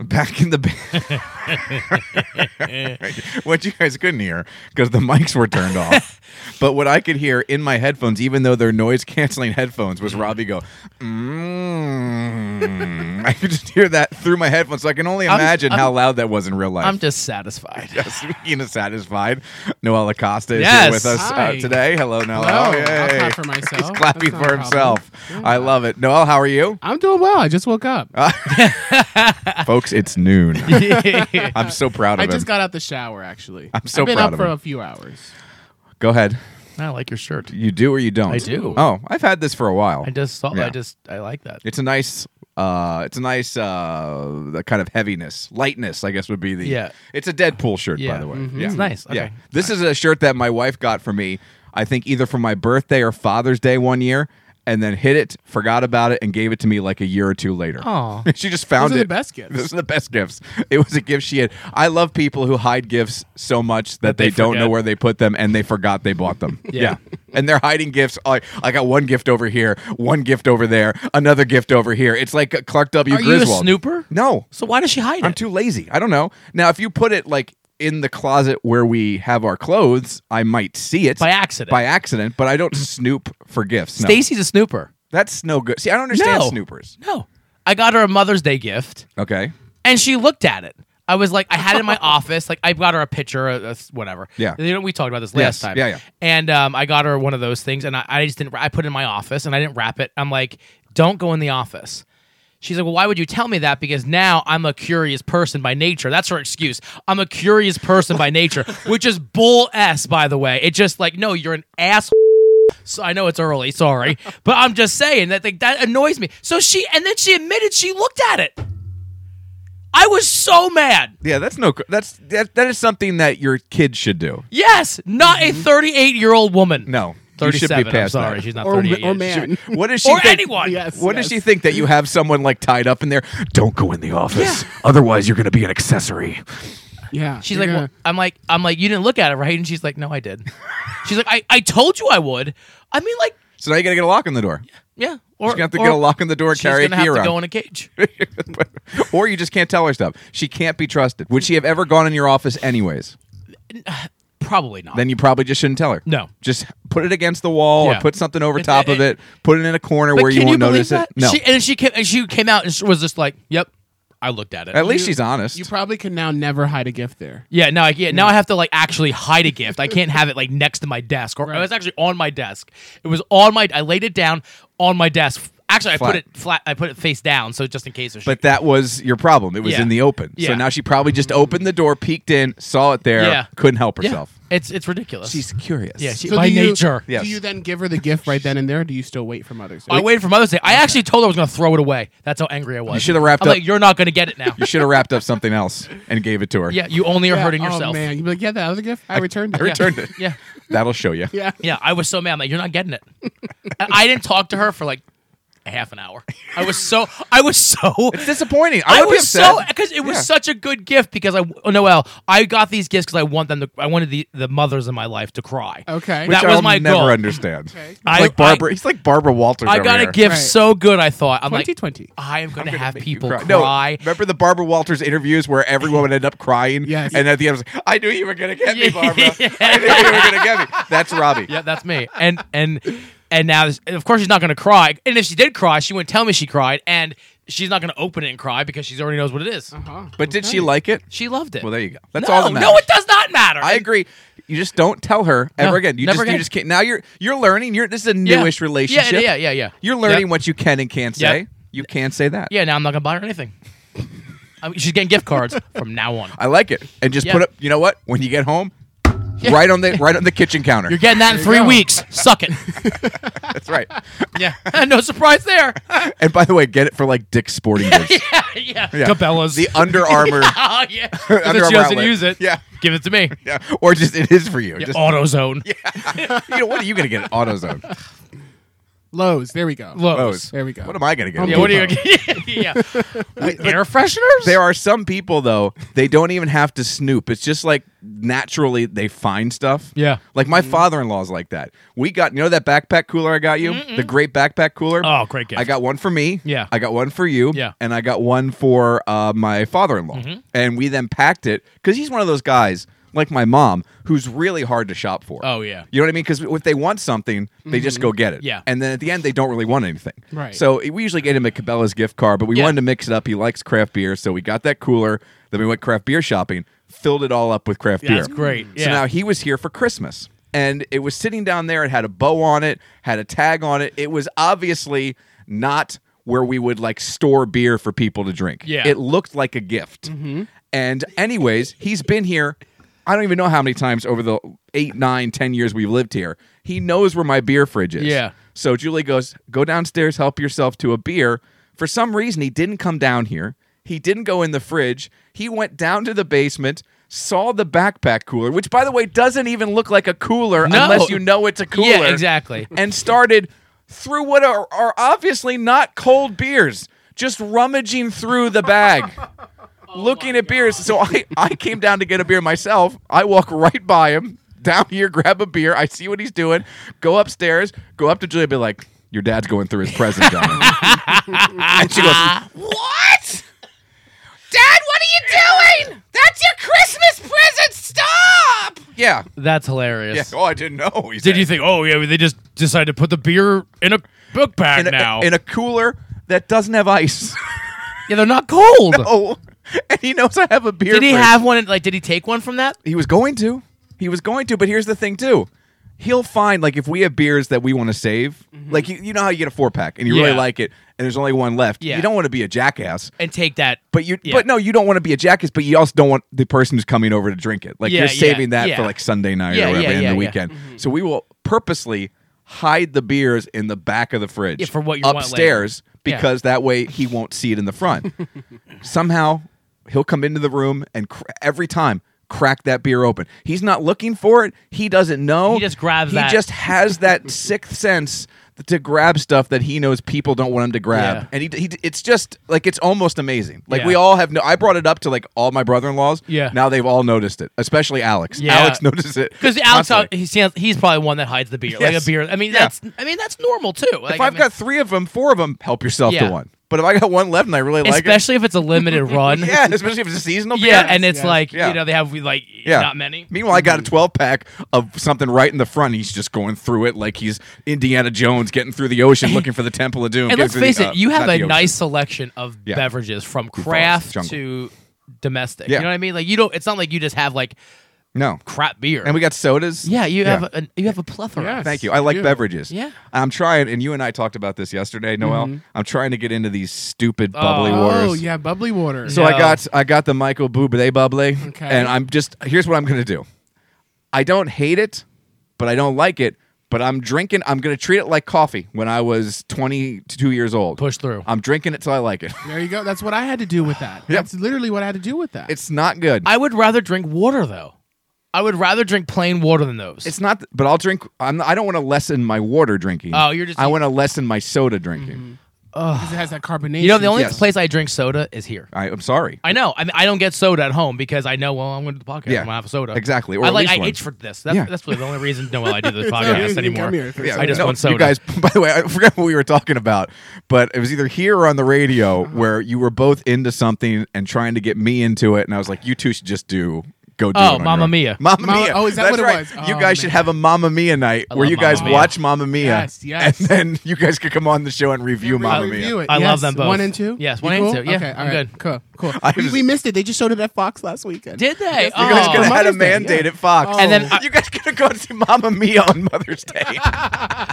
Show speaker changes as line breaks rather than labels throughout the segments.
back in the band. what you guys couldn't hear because the mics were turned off. but what I could hear in my headphones, even though they're noise canceling headphones, was Robbie go, mm. I could just hear that through my headphones. So I can only
I'm-
imagine how
I'm-
loud that was in real life.
I'm just satisfied.
Yes, speaking of satisfied, Noel Acosta is
Yes.
here with us uh,
Hi.
today. Hello, Noel. Oh,
Hello.
Yay.
I'll clap for myself.
He's clapping
That's not
for
a problem.
himself. I love it. Noel, how are you?
I'm doing well. I just woke up.
Folks, it's noon. I'm so proud of
I
him.
just got out the shower. Actually, I'm
so
have been
proud
up
of
for
him.
a few hours.
Go ahead.
I like your shirt.
You do or you don't?
I do.
Oh, I've had this for a while.
I just saw.
Yeah.
I just I like that.
It's a nice, uh, it's a nice uh, the kind of heaviness, lightness. I guess would be the.
Yeah.
It's a Deadpool shirt, by
Yeah.
the way.
Mhm.
Yeah.
It's nice.
Yeah.
Okay.
This is a shirt that my wife got for me. I think either for my birthday or Father's Day one year, and then hid it, forgot about it, and gave it to me like a year or two later.
Aw.
she just found
Those are
it.
the best gifts.
Those are the best gifts. It was a gift she had. I love people who hide gifts so much that, they,
they
don't know
forget.
where they put them and they forgot they bought them.
Yeah.
And they're hiding gifts. Like, I got one gift over here, one gift over there, another gift over here. It's like Clark W.
Are you a
Griswold.
snooper?
No.
So why does she hide
I'm
it?
too lazy. I don't know. Now, if you put it like in the closet where we have our clothes, I might see it
By accident.
By accident, but I don't snoop for gifts. No.
Stacy's a snooper.
That's no good. See, I don't understand
No.
snoopers.
No, I got her a Mother's Day gift,
Okay.
and she looked at it. I was like, I had it in my office. Like, I got her a picture, a, a s- whatever.
Yeah.
you know, we talked about this last
Yes.
time.
Yeah, yeah.
And um, I got her one of those things, and I, I just didn't. I put it in my office, and I didn't wrap it. I'm like, don't go in the office. She's like, well, why would you tell me that? Because now I'm a curious person by nature. That's her excuse. I'm a curious person by nature, which is bull s, by the way. It just like, no, you're an asshole. So I know it's early, sorry, but I'm just saying that like, that annoys me. So she, and then she admitted she looked at it. I was so mad.
Yeah, that's no. That's that. That is something that your kids should do.
Yes, not a 38 year old woman.
Mm-hmm. No, you should be
37. I'm
past that.
sorry, she's not
Or,
38.
or
yet.
man.
What does she?
Or
think,
anyone.
Yes.
What does she think that you have someone like tied up in there? Don't go in the office, otherwise you're going to be an accessory.
Yeah.
She's
You're
like,
gonna-
well, I'm like, I'm like, you didn't look at it, right? And she's like, no, I did. She's like, I, I told you I would. I mean, like,
So now you got to get a lock on the door.
yeah. Or
She's gonna have to
or
get a lock on the door, and
she's
carry a
gonna
key
have to go
around,
in a cage.
or you just can't tell her stuff. She can't be trusted. Would she have ever gone in your office anyways?
Probably not.
Then you probably just shouldn't tell her.
No.
just put it against the wall or
Yeah.
put something over
It-
top of it.
it-
Put it in a corner
But
where you
can
won't
believe
notice
that?
it. No,
She, and she came, and she came out and she was just like, "Yep, I looked at it."
at least
You-
she's honest.
you probably can now never hide a gift there.
yeah, now I yeah, now I have to like actually hide a gift. I can't have it like next to my desk, or it was actually on my desk. It was on my. I laid it down on my desk. Actually, I
Flat.
put it flat. I put it face down, so just in case. Of shit.
But that was your problem. It was
Yeah.
in the open. So
Yeah.
now she probably just opened the door, peeked in, saw it there,
Yeah.
couldn't help
yeah,
herself.
it's it's ridiculous.
She's curious.
yeah, she,
So
by
do you-
nature.
Yes.
Do you then give her the gift right then and there? Or do you still wait for Mother's Day?
I waited for Mother's Day. I actually told her I was going to throw it away. That's how angry I was.
should have wrapped
I'm
up-
Like, You're not going to get it now.
you should have wrapped up something else and gave it to her.
yeah, you only are
Yeah.
hurting
Oh
yourself.
man, you'd be like, yeah, that was a gift. I returned it.
I returned it.
Yeah.
That'll show you.
Yeah.
Yeah, I was so mad. I'm like, you're not getting it. And I didn't talk to her for like a half an hour. I was so, I was so,
It's disappointing. I,
I,
would be
was so,
upset.
because it was
Yeah.
such a good gift. Because I, oh, Noel, I got these gifts because I want them to, I wanted the, the mothers in my life to cry.
Okay.
Which
that was
I'll
my
never
goal.
understand. It's
I-
like Barbara.
I-
he's like Barbara Walters.
I
over
got a
here.
gift
Right.
so good. I thought I'm like,
2020.
I am going to
Gonna
have
make you
people
cry.
cry.
No, remember the Barbara Walters interviews where everyone would end up crying?
Yes.
And at the end, it was like, I knew you were going to get me,
Yeah.
Barbara. I knew you were going to get me. That's Robbie.
yeah, that's me. And and and now, this- and of course, she's not going to cry. And if she did cry, she wouldn't tell me she cried, and she's not going to open it and cry because she already knows what it is.
Huh.
But did she like it?
She loved it.
Well, there you go. That's
no,
all that matters.
no, it does not matter.
I agree. You just don't tell her ever
No,
again. You
never
just you
again.
just can't. Now you're you're learning. You're this is a
Yeah.
newish
Yeah,
relationship.
Yeah, yeah, yeah, yeah.
You're learning
Yep.
what you can and can't say.
Yep.
You can't say that.
Yeah, now I'm not gonna buy her anything. I mean, she's getting gift cards from now on.
I like it. And just
Yeah.
put up. You know what? When you get home, right on the right on the kitchen counter.
You're getting that in three
go.
weeks. Suck it.
That's right.
Yeah, no surprise there.
And by the way, get it for like Dick's Sporting Goods.
yeah, yeah.
Yeah.
Cabela's.
The Under Armour.
oh yeah. If
Under
she
Armour
doesn't
outlet.
use it,
Yeah.
give it to me.
Yeah. Or just it is for you.
Yeah, Oh.
Just,
AutoZone.
you know, what are you going to get at AutoZone?
Lowe's. There we go.
Lowe's.
There we go.
What am I going to get?
Home
Oh, Yeah, what are you? yeah, air fresheners.
There are some people though, they don't even have to snoop. It's just like naturally they find stuff.
Yeah. Mm-hmm.
Like my father-in-law's like that. We got you know that backpack cooler I got you? The great backpack cooler?
Oh, great gift.
I got one for me.
Yeah.
I got one for you.
Yeah. Mm-hmm.
And I got one for uh, my father-in-law. And we then packed it cuz he's one of those guys like my mom who's really hard to shop for.
Oh, yeah. Mm-hmm.
You know what I mean? Cuz if they want something, they just go get it.
Yeah.
And then at the end they don't really want anything.
Right.
So so we usually get him a Cabela's gift card, but we
Yeah.
wanted to mix it up. He likes craft beer, so we got that cooler. Then we went craft beer shopping, filled it all up with craft
Yeah,
beer.
that's great.
So
Yeah.
now he was here for Christmas, and it was sitting down there. It had a bow on it, had a tag on it. It was obviously not where we would like store beer for people to drink.
Yeah. Mm-hmm.
it looked like a gift. And anyways, he's been here. I don't even know how many times over the eight, nine, ten years we've lived here. He knows where my beer fridge is.
Yeah.
So Julie goes, go downstairs, help yourself to a beer. For some reason, he didn't come down here. He didn't go in the fridge. He went down to the basement, saw the backpack cooler, which, by the way, doesn't even look like a cooler
No.
unless you know it's a cooler.
Yeah, exactly.
And started through what are, are obviously not cold beers, just rummaging through the bag. Looking at beers, so I, I came down to get a beer myself. I walk right by him, down here, grab a beer. I see what he's doing, go upstairs, go up to Julia, be like, "Your dad's going through his present." Donna." and she goes,
What? Dad, what are you doing? That's your Christmas present. Stop!
Yeah.
That's hilarious.
Yeah. Oh, I didn't know. he
Did
said.
you think? Oh yeah, they just decided to put the beer in a book bag
in a,
now.
in a cooler that doesn't have ice?
yeah, they're not cold.
oh, and he knows I have a beer.
Did he
fridge.
have one? Like, did he take one from that?
He was going to. He was going to. But here's the thing, too. He'll find like if we have beers that we want to save, like you, you know how you get a four pack and you
Mm-hmm. Yeah.
really like it, and there's only one left.
Yeah.
You don't want to be a jackass.
And take that.
But you,
Yeah.
but no, you don't want to be a jackass. But you also don't want the person who's coming over to drink it. Like
Yeah,
you're
yeah,
saving that
yeah.
for like Sunday night
Yeah,
or whatever
yeah,
in
yeah, Mm-hmm.
the
yeah.
weekend. So we will purposely hide the beers in the back of the fridge
Yeah, for what you want later.
upstairs
Yeah.
because that way he won't see it in the front. Somehow he'll come into the room and cr- every time crack that beer open. He's not looking for it. He doesn't know.
He just grabs
He
that.
just has that sixth sense to grab stuff that he knows people don't want him to grab.
Yeah.
And he, he it's just like it's almost amazing. Like we
Yeah.
all have no I brought it up to like all my brother-in-laws.
Yeah.
Now they've all noticed it, especially Alex.
Yeah.
Alex notices it.
Because Alex,
constantly.
he sounds, he's probably one that hides the beer, like
Yes.
a beer. I mean,
Yeah.
that's I mean that's normal too. Like,
if
I
I've
mean-
got 3 of them, 4 of them help yourself
Yeah.
to one. But if I got one left and I really like it,
especially if it's a limited run.
Yeah, especially if it's a seasonal.
Yeah,
beer.
and it's
yes.
like
Yeah.
you know they have we like
Yeah.
not many. Mm-hmm.
Meanwhile, I got a 12 pack of something right in the front. He's just going through it like he's Indiana Jones getting through the ocean looking for the Temple of Doom.
And
getting
let's
through the,
face
uh,
it, you
not
have a
the ocean.
nice selection of
Yeah.
beverages from
forest,
craft
jungle.
to domestic.
Yeah.
You know what I mean? Like you don't. It's not like you just have like
No.
crap beer.
And we got sodas.
yeah, you
Yeah.
have a, you have a plethora.
Yes.
Thank you. I like
You do.
beverages.
Yeah. Mm-hmm.
I'm trying, and you and I talked about this yesterday, Noel. I'm trying to get into these stupid bubbly
Oh,
waters.
Oh yeah, bubbly water.
So I
No.
got I got the Michael Bublé bubbly,
Okay.
and I'm just here's what I'm gonna do. I don't hate it, but I don't like it. But I'm drinking. I'm gonna treat it like coffee. When I was 22 years old,
Push through.
I'm drinking it till I like it.
there you go. That's what I had to do with that. That's literally what I had to do with that.
It's not good.
I would rather drink water though. I would rather drink plain water than those.
it's not. But I'll drink. I'm. I don't want to lessen my water drinking.
Oh, you're just- Mm-hmm.
I want to lessen my soda drinking.
'Cause it has that carbonation.
you know the only
yes.
place I drink soda is here.
I, I'm sorry.
I know. I mean, I don't get soda at home because I know. Well, I'm going to do the podcast.
Yeah.
I'm going to have a soda.
Exactly, or
I
at
like.
least
I
one.
itch for this. That's,
Yeah.
that's really the only reason. No, well, I do the
you
podcast
come
anymore.
here for
I just
no,
want soda.
You guys, by the way, I forgot what we were talking about, but it was either here or on the radio
Uh-huh.
where you were both into something and trying to get me into it, and I was like, you two should just do. Go do
Oh,
it on your
Mamma
own."
Mia.
Mamma
Ma-
Mia.
oh, is that
That's
what it
right.
was?
You
Oh,
guys should
man.
have a Mamma Mia night where
love
you guys
Mamma Mia.
watch Mamma Mia,
Yes, yes.
and then you guys could come on the show and review Mamma Mia.
Review it.
I love
Yes.
them both.
One and two.
Yes,
You
one and
cool?
two. Yeah,
okay, all
I'm
right.
good.
Cool, cool.
I
We,
was-
we missed it. They just showed it at Fox last weekend.
Did they?
Yes,
You guys
Oh.
could have had a
Mother's Day,
mandate
yeah.
at Fox,
And then I-
you guys could have gone to see Mamma Mia on Mother's Day.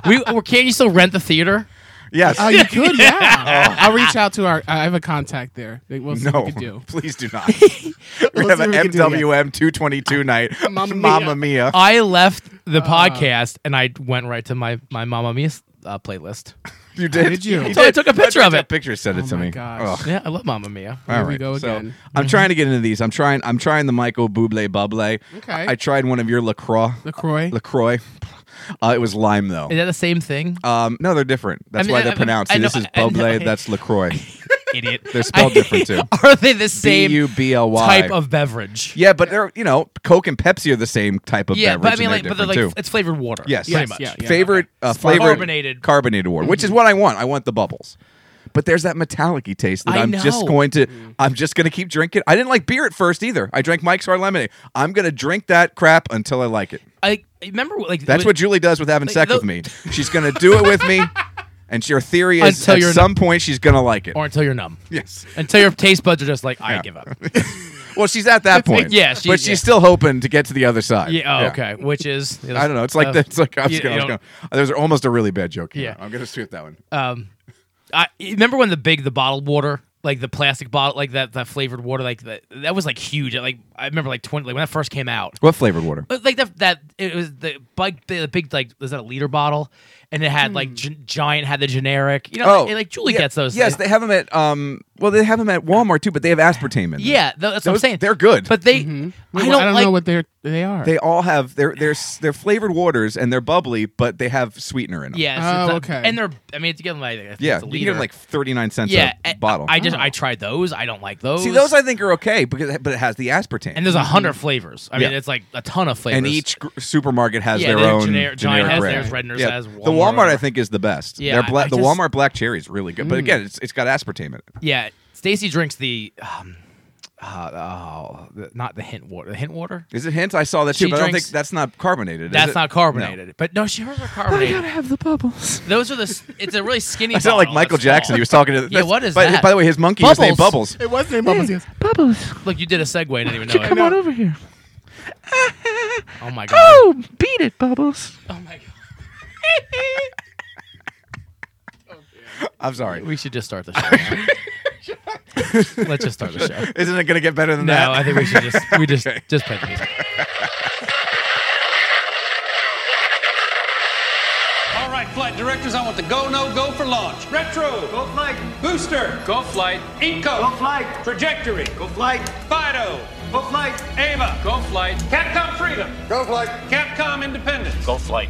we, or can't you still rent the theater?
yes.
Oh, you could, yeah. I'll reach out to our. I have a contact there. Like, We'll see what
Oh. No,
we can do.
please do not. We're gonna
We'll
have
see
an
what we can do,
MWM 222 night.
Mamma
Mamma Mia.
I left the
Uh-huh.
podcast and I went right to my my Mamma Mia uh, playlist.
You did.
did you?
So I took a picture
I
of
took
it.
a picture. Sent it
Oh
to
my
me.
gosh.
Ugh.
Yeah, I love Mamma Mia.
All
Here we
right,
go
so
again.
Mm-hmm.
I'm trying to get into these. I'm trying. I'm trying the Michael Bublé Bublé.
Okay.
I tried one of your Lacroix.
LaCroix.
Lacroix. Uh, it was lime though.
Is that the same thing?
Um, no, they're different. That's
I mean,
why
I-
they're
I-
pronounced.
I know-
this is
I know.
Bublé. That's Lacroix.
Idiot.
They're spelled different too.
Are they the same
B U B L Y.
type of beverage?
Yeah, but they're you know Coke and Pepsi are the same type of
yeah,
beverage.
but I mean,
and
like,
they're
but they're like,
different, too.
it's flavored water.
Yes.
pretty
Yes.
much.
Yeah, yeah.
favorite uh,
Sparkling.
flavored
Carbonated.
carbonated water, which is what I want. I want the bubbles. But there's that metallic-y taste that
I
am just
know. Mm.
going to I'm just going to keep drinking. I didn't like beer at first either. I drank Mike's Hard Lemonade. I'm going to drink that crap until I like it.
I I remember like
That's
when-
what Julie does with having
Like,
sex
tho-
with me. She's going to do it with me and she, her theory is
Until
at
you're-
some point she's going to like it.
or until you're numb.
yes.
Until your taste buds are just like, I give up.
Well, she's at that point.
Yeah,
but
she's-
she's
yeah.
still hoping to get to the other side.
Yeah. Oh, okay. Which is
I don't know. It's like
uh,
the, it's like I was
you-
going.
you
I was
don't-
going- There's almost a really bad joke. Here.
Yeah.
I'm going to shoot that one.
Um, I you remember when the big the bottled water, like the plastic bottle, like that that flavored water, like that that was like huge. Like I remember like twenty, like when that first came out.
What flavored water?
But, Like that, that it was the big, the big like was that a liter bottle, and it had
Hmm.
like gi- giant had the generic, you know, like, like
Oh,
Julie
yeah,
gets those.
Yes, they have them at um. Well, they have them at Walmart too, but they have aspartame in. them.
yeah, tha- that's what I'm
Those-
saying.
they're good.
but they, I
Mm-hmm. I
don't,
don't,
like,
know what they're they are.
they all have they're they're s- they're flavored waters and they're bubbly, but they have sweetener in them.
Yeah, it's-
Oh, okay.
And they're, I mean, it's getting like, I think
yeah.
it's a
You
liter.
can get 'em like thirty nine cents
yeah,
a
and
bottle.
I just, I tried those. I don't like those.
see those. I think are okay because but it has the aspartame.
and there's a 100 flavors. I mean,
Yeah.
it's like a ton of flavors.
And each gr- supermarket has
Yeah,
their
they have
own
gener- Giant has
brand.
theirs, Redner's
yeah.
has,
the
Walmart
Walmart I
has-
think is the best.
Yeah,
Their bla-
I
the
just- Mm.
Walmart black cherry is really good, but again, it's it's got aspartame in it.
Yeah, Stacy drinks the um, uh, oh, the, not the hint water, the hint water.
Is it hint? I saw that too,
She
but I don't
drinks-
think that's not carbonated. is
That's
it?
not carbonated, but no, she hers are carbonated.
have the bubbles.
Those are the. s- It's a really skinny.
I sound like
bottle
Michael
Oh, that's
Jackson.
small.
He was talking to.
Yeah,
that's-
what is
by,
that?
By the way, his monkey is named
Bubbles.
Bubbles.
It was named bubbles. Yes.
Bubbles,
Look, you did a segue and I didn't even know.
come
it.
on over here.
Oh my god.
Oh, beat it, Bubbles.
Oh my god.
I'm sorry.
We should just start the show. now. Let's just start the show.
Isn't it going to get better than that?
No, I think we should just we just just play the music.
All right, flight directors, I want the go, no, go for launch. Retro. Go flight. Booster. Go flight. Inco. Go flight. Trajectory. Go flight. Fido. Go flight. Ava. Go flight. Capcom Freedom. Go flight. Capcom Independence. Go flight.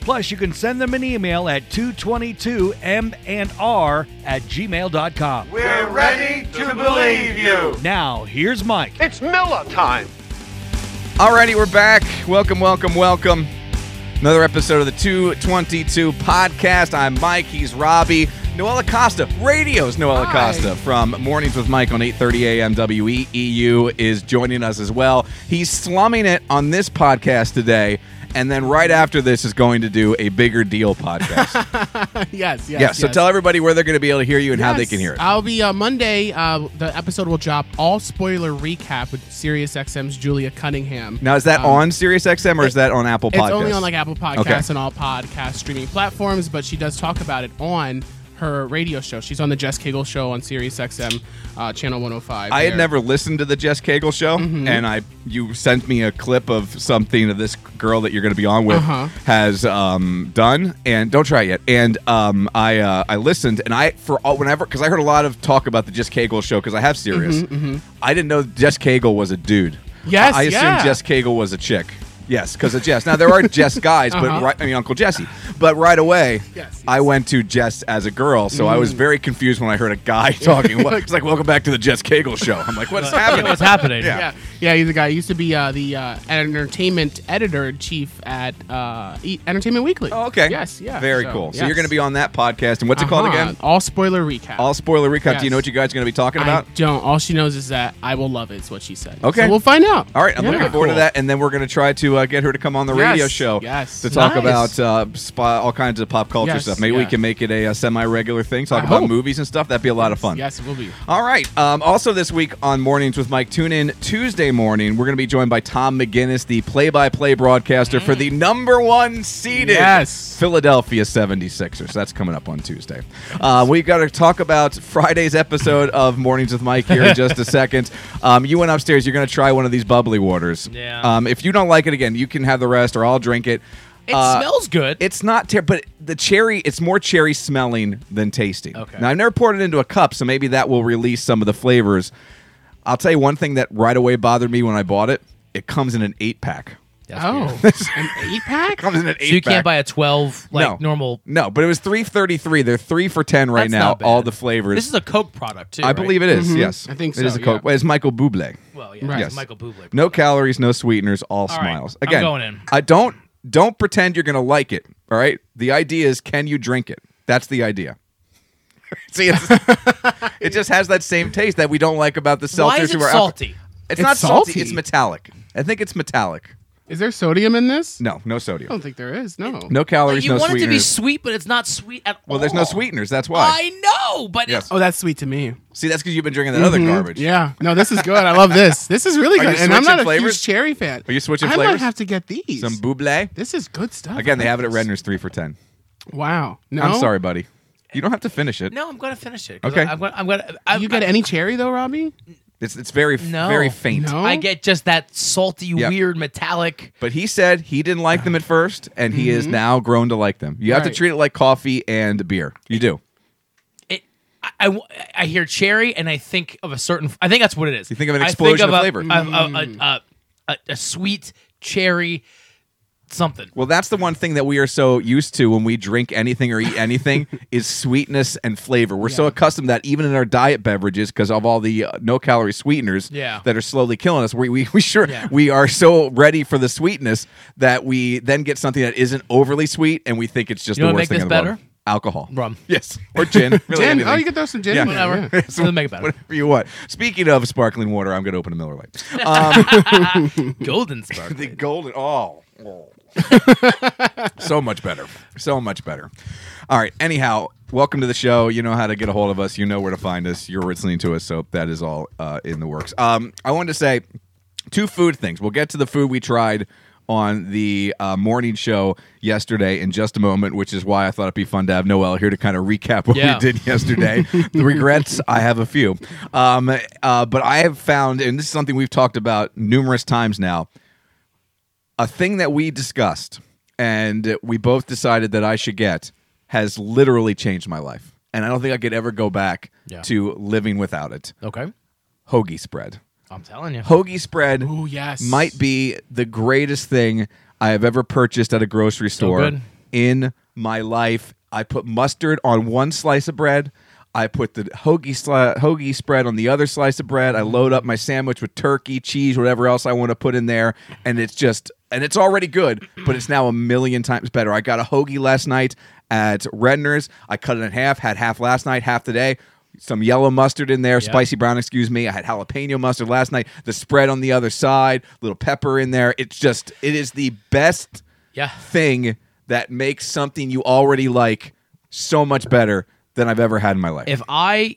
Plus, you can send them an email at 222mnr at gmail.com.
We're ready to believe you.
Now, here's Mike.
It's Miller time.
Alrighty, we're back. Welcome, welcome, welcome. Another episode of the 222 podcast. I'm Mike. He's Robbie. Noel Acosta. Radio's Noel Acosta from Mornings with Mike on 8:30 a.m. WEEU E is joining us as well. He's slumming it on this podcast today, and then right after this is going to do a bigger deal podcast.
yes, yes.
yeah. So
yes.
tell everybody where they're going to be able to hear you and how they
Yes.
can hear it.
I'll be uh, Monday. Uh, the episode will drop all spoiler recap with SiriusXM's Julia Cunningham.
Now, is that
Um,
on SiriusXM or is that on Apple Podcasts?
It's only on like Apple Podcasts
Okay.
and all podcast streaming platforms, but she does talk about it on her radio show. She's on the Jess Kegel show on SiriusXM uh, channel 105.
I had
there.
never listened to the Jess Cagle show,
Mm-hmm.
and I you sent me a clip of something of this girl that you're going to be on with
Uh-huh.
has um, done, and don't try it yet. And um, I uh, I listened, and I for all whenever because I heard a lot of talk about the Jess Cagle show because I have
Mm-hmm,
Sirius. I didn't know Jess Cagle was a dude.
Yes,
I, I assumed
yeah.
Jess Cagle was a chick. Yes, because of Jess. Now there are Jess guys,
Uh-huh.
but right, I mean Uncle Jesse. But right away,
Yes, Mm.
I went to Jess as a girl, so I was very confused when I heard a guy talking. What- It's like, "Welcome back to the Jess Cagle show." I'm like, "What's happening?"
What's happening?
Yeah.
Yeah, yeah, he's a guy. He used to be uh, the uh, entertainment editor in chief at uh, e- Entertainment Weekly.
Oh, okay.
Yes. Yeah.
Very cool. So
yes.
you're going to be on that podcast, and what's it called
Uh-huh.
again?
All spoiler recap.
All spoiler recap. Do you
Yes.
know what you guys are going to be talking about?
I don't. All she knows is that I will love it. Is what she said.
Okay.
So we'll find out.
All right, I'm
Yeah.
looking forward to
Cool.
that, and then we're going to try to uh, get her to come on the
Yes,
radio show
yes.
to talk
Nice.
about uh, spa, all kinds of pop culture
Yes, Uh, oh.
stuff. Maybe we
yeah.
can make it a, uh semi-regular thing, talk
I
about
hope.
movies and stuff. That'd be a lot of fun.
Yes, it will be.
All right. Um, also this week on Mornings with Mike, tune in Tuesday Saturday morning, we're going to be joined by Tom McGinnis, the play-by-play broadcaster for the number one seeded
Yes.
Philadelphia 76ers. That's coming up on Tuesday. Uh, we've got to talk about Friday's episode of Mornings with Mike here in just a second. Um, you went upstairs. You're going to try one of these bubbly waters.
Yeah.
Um, if you don't like it, again, you can have the rest, or I'll drink it.
It
Uh,
smells good.
It's not terrible, but the cherry, it's more cherry smelling than tasting.
Okay.
Now, I've never poured it into a cup, so maybe that will release some of the flavors. I'll tell you one thing that right away bothered me when I bought it it comes in an eight pack.
Oh, an eight pack?
comes in an
So
eight
you
pack.
can't buy a twelve like
No.
normal.
No, but it was 333. They're 3 for 10 right
That's
now,
not bad.
all the flavors.
This is a Coke product too.
I believe it is, yes.
Mm-hmm. I think
It is
so,
a Coke.
yeah.
It's Michael Bublé.
Well, yeah,
Right.
it's
Yes.
Michael Bublé.
No calories, no sweeteners, all,
right,
smiles.
I'm
Again,
going in.
I don't don't pretend you're going to like it, all right? The idea is can you drink it? That's the idea. See, it's, it just has that same taste that we don't like about the seltzers
Why is it
who are alco-
salty?
It's,
It's
not salty.
salty.
it's metallic. I think it's metallic.
Is there sodium in this?
No, no
I don't
sodium.
think there is. No.
No calories,
Like, you
no
want it
sweeteners.
to be sweet, but it's not sweet at all.
well, there's no sweeteners, that's why.
I know, but
Yes.
Oh, that's sweet to me.
See, that's because you've been drinking that other garbage.
Yeah. No, this is good. I love this. This is really
Are you
good. And I'm
switching
not a
flavors?
huge cherry fan.
Are you switching
I
flavors?
might have to get these.
Some buble.
this is good stuff.
Again, they
I
have it at
like this.
Redner's three for ten.
Wow. No.
I'm sorry, buddy. You don't have to finish it.
No, I'm gonna finish it. 'cause
Okay.
I, am gonna. I'm gonna I,
You get
I-
any cherry though, Robbie?
It's it's very
No.
very faint.
No.
I get just that salty,
Yep.
weird, metallic.
But he said he didn't like them at first, and he
Mm-hmm.
has now grown to like them. You have to
Right.
treat it like coffee and beer. You do.
It, I, I w- I hear cherry, and I think of a certain. I think that's what it is.
You think of an
I
explosion of
a-
flavor.
a- a, a, a, a sweet cherry, something.
Well, that's the one thing that we are so used to when we drink anything or eat anything is sweetness and flavor. We're so accustomed to that even in our diet beverages because of all the uh, no calorie sweeteners
Yeah.
that are slowly killing us. We we, we sure
Yeah.
we are so ready for the sweetness that we then get something that isn't overly sweet and we think it's just
You know
the
what
worst
make
thing
this
in the world.
better?
Alcohol,
Rum.
yes, or gin. Really
Gin.
anything.
Oh, you could throw some gin
Yeah.
in there.
Whatever.
yeah.
Doesn't make it better.
Whatever you want. Speaking of sparkling water, I'm going to open a Miller Lite.
Golden spark.
The golden. Oh. so much better. So much better. All right. Anyhow, welcome to the show. You know how to get a hold of us. You know where to find us. You're listening to us. So that is all uh, in the works. Um, I wanted to say two food things. We'll get to the food we tried on the uh, morning show yesterday in just a moment, which is why I thought it'd be fun to have Noel here to kind of recap what
Yeah.
we did yesterday. the regrets, I have a few. Um, uh, but I have found, and this is something we've talked about numerous times now a thing that we discussed and we both decided that I should get has literally changed my life. And I don't think I could ever go back
Yeah.
to living without it.
Okay.
Hoagie spread.
I'm telling you.
Hoagie spread
Ooh, Oh, yes.
might be the greatest thing I have ever purchased at a grocery store
good.
in my life. I put mustard on one slice of bread. I put the hoagie sli- hoagie spread on the other slice of bread. I load up my sandwich with turkey, cheese, whatever else I want to put in there, and it's just and it's already good, but it's now a million times better. I got a hoagie last night at Redner's. I cut it in half, had half last night, half today. Some yellow mustard in there, spicy brown, excuse me. I had jalapeno mustard last night. The spread on the other side, little pepper in there. It's just it is the best
Yeah.
thing that makes something you already like so much better than I've ever had in my life.
if I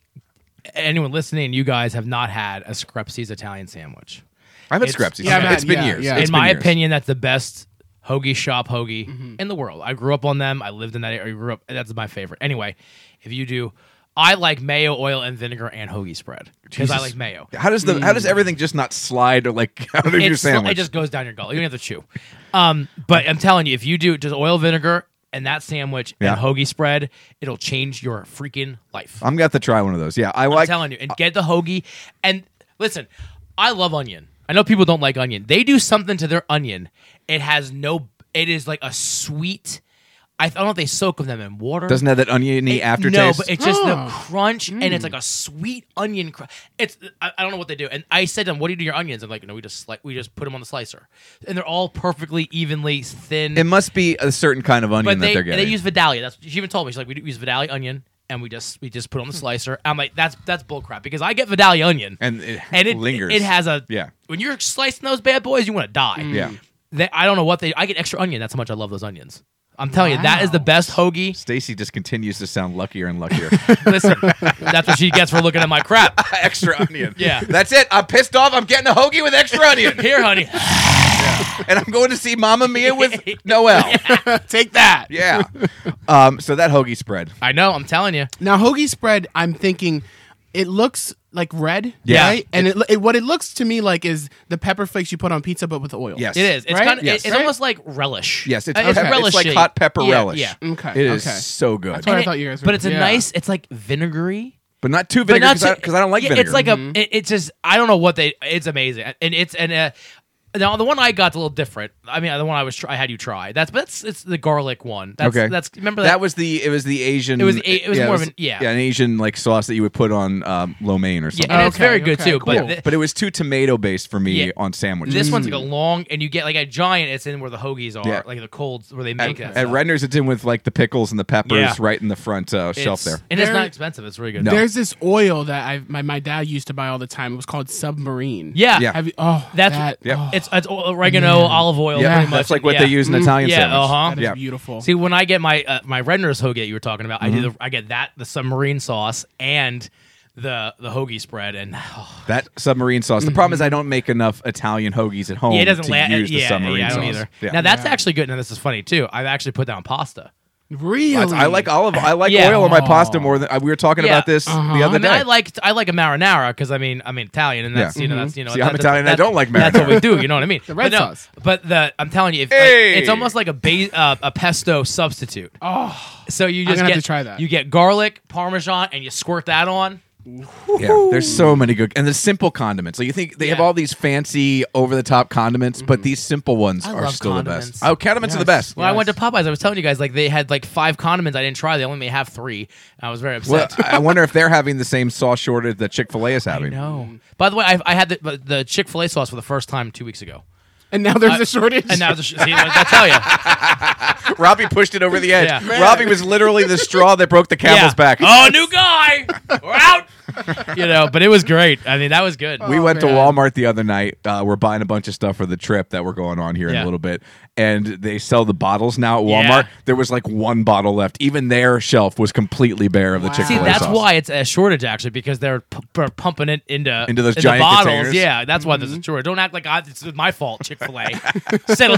anyone listening, you guys have not had a Screpsi's Italian sandwich.
I've had
it's-
Screpsies.
yeah, I've had-
it's been
yeah,
years.
yeah.
It's
in
been
my
years.
opinion, that's the best hoagie shop hoagie in the world. I grew up on them. I lived in that area. I grew up. That's my favorite. Anyway, if you do, I like mayo, oil, and vinegar and hoagie spread because I
Jesus.
like mayo.
How does the how does everything just not slide or like out of your
mm. It's-
sandwich?
It just goes down your gullet. You don't have to chew. Um, but I'm telling you, if you do just oil, vinegar, and that sandwich
Yeah.
and hoagie spread, it'll change your freaking life.
I'm gonna have to try one of those. Yeah, I
I'm
like. uh,
telling you, and get the hoagie. And listen, I love onion. I know people don't like onion. They do something to their onion. It has no. It is like a sweet. I don't know if they soak them in water.
Doesn't have that oniony
It-
aftertaste.
No, but it's just the crunch, and it's like a sweet onion crunch. It's I, I don't know what they do. And I said to them, "What do you do to your onions?" I'm like, "No, we just sli- we just put them on the slicer, and they're all perfectly evenly thin."
it must be a certain kind of onion
but they
that they're getting.
they use Vidalia. That's she even told me. She's like, "We do use Vidalia onion." And we just we just put on the slicer. I'm like, that's that's bullcrap because I get Vidalia onion
And it lingers.
It has Mm. a
Yeah.
When you're slicing those bad boys, you want to die.
Yeah.
They, I don't know what they. I get extra onion. That's how much I love those onions. I'm telling you, that is the best hoagie.
Stacy just continues to sound luckier and luckier.
Listen, that's what she gets for looking at my crap.
extra onion.
Yeah.
That's it. I'm pissed off. I'm getting a hoagie with extra onion.
Here, honey.
and I'm going to see Mamma Mia with Noel.
Take that.
Yeah. Um, so that hoagie spread.
I know. I'm telling you.
Now hoagie spread, I'm thinking it looks like red,
Yeah.
right? And it, it what it looks to me like is the pepper flakes you put on pizza, but with oil.
Yes.
It is. It's
Right?
kind of.
Yes.
it's almost like relish.
Yes, it's,
Uh,
pep- it's like
relish-y.
hot pepper
Yeah,
relish.
Yeah.
Okay.
It is
okay.
so good.
That's what I
And it-
thought you guys. Were,
But it's a
yeah.
nice. It's like vinegary.
But not too
But
vinegar
not
because I,
too-
'cause I don't like
yeah,
vinegar. Mm-hmm.
It's like a. it- it's just. I don't know what they. It's amazing, and it's and uh, now the one I got's a little different. I mean, the one I was try, I had you try. That's but that's it's the garlic one. That's,
okay.
That's remember
that?
that,
was the it was the Asian.
It was a- it was more of an- yeah.
an Asian like sauce that you would put on um, lo mein or
Yeah,
something.
and it's
Okay,
very good
okay,
too.
cool.
But thi-
but it was too tomato based for me
Yeah.
on sandwiches.
this one's like a long, and you get like a giant. It's in where the hoagies are,
Mm. Yeah.
like the colds where they
at,
make it.
at Redner's, it's in with like the pickles and the peppers
Yeah.
right in the front uh, shelf there.
and it's
There-
not expensive. It's really good.
No.
There's this oil that I my, my dad used to buy all the time. It was called Submarine.
Yeah.
Yeah.
Have you, oh,
That's
that,
Yep.
oh,
It's, it's oregano, olive oil,
Yeah,
pretty much.
that's like what
yeah.
they use in Italian
Yeah,
sandwiches.
uh-huh.
Mm. that is
Yeah.
beautiful.
See, when I get my uh, my Redner's hoagie you were talking about,
Mm-hmm.
I do the, I get that the submarine sauce and the the hoagie spread, and oh,
That submarine sauce. The problem is I don't make enough Italian hoagies at home
Mm-hmm. yeah, it doesn't
Oh, to
last.
use
yeah,
the submarine
yeah, I don't
sauce.
either.
Yeah.
Now that's actually good. Now this is funny too. I've actually put down pasta.
really,
That's- I like olive. I like
Yeah.
oil on my pasta more than I- we were talking
Yeah.
about this
Uh-huh.
the other
I mean,
day.
I like I like a marinara because I mean I mean Italian, and that's you know that's you know.
See, I'm
that-
Italian, I
that-
don't like
That's what
marinara.
we do. You know what I mean? the
red
but no,
sauce.
But the I'm telling you, if, like,
Hey!
it's almost like a ba- uh, a pesto substitute. Oh, so you
I'm
just
gonna
get
have to try that.
You get garlic parmesan and you squirt that on.
Yeah, there's so many good and the simple condiments. So you think they have
Yeah.
all these fancy over the top condiments, but these simple ones
Mm-hmm. I
are
love
still the
condiments.
best. Oh, condiments are the
Yes.
best.
Well, I want to Popeyes. I was telling you guys like they had like five condiments. I didn't try. They only may have three. I was very
Well,
upset.
I wonder if they're having the same sauce shortage that Chick Fil A is having.
no. By the way, I, I had the, the Chick Fil A sauce for the first time two weeks ago,
and now there's a shortage.
and now the, see, I tell you,
Robbie pushed it over the edge.
Yeah.
Robbie was literally the straw that broke the camel's
yeah.
back.
Oh, new guy. We're out. you know, but it was great. I mean, that was good.
we went to
man.
Walmart the other night. Uh, we're buying a bunch of stuff for the trip that we're going on here in
Yeah.
a little bit, and they sell the bottles now at
Yeah.
Walmart. There was like one bottle left. Even their shelf was completely bare of the Chick
See,
Fil A sauce.
that's why it's a shortage actually because they're p- p- pumping it into
Into those
in the
giant
bottles.
containers.
Yeah, that's why
Mm-hmm.
there's a shortage. Don't act like I, it's my fault, Chick Fil A. Settle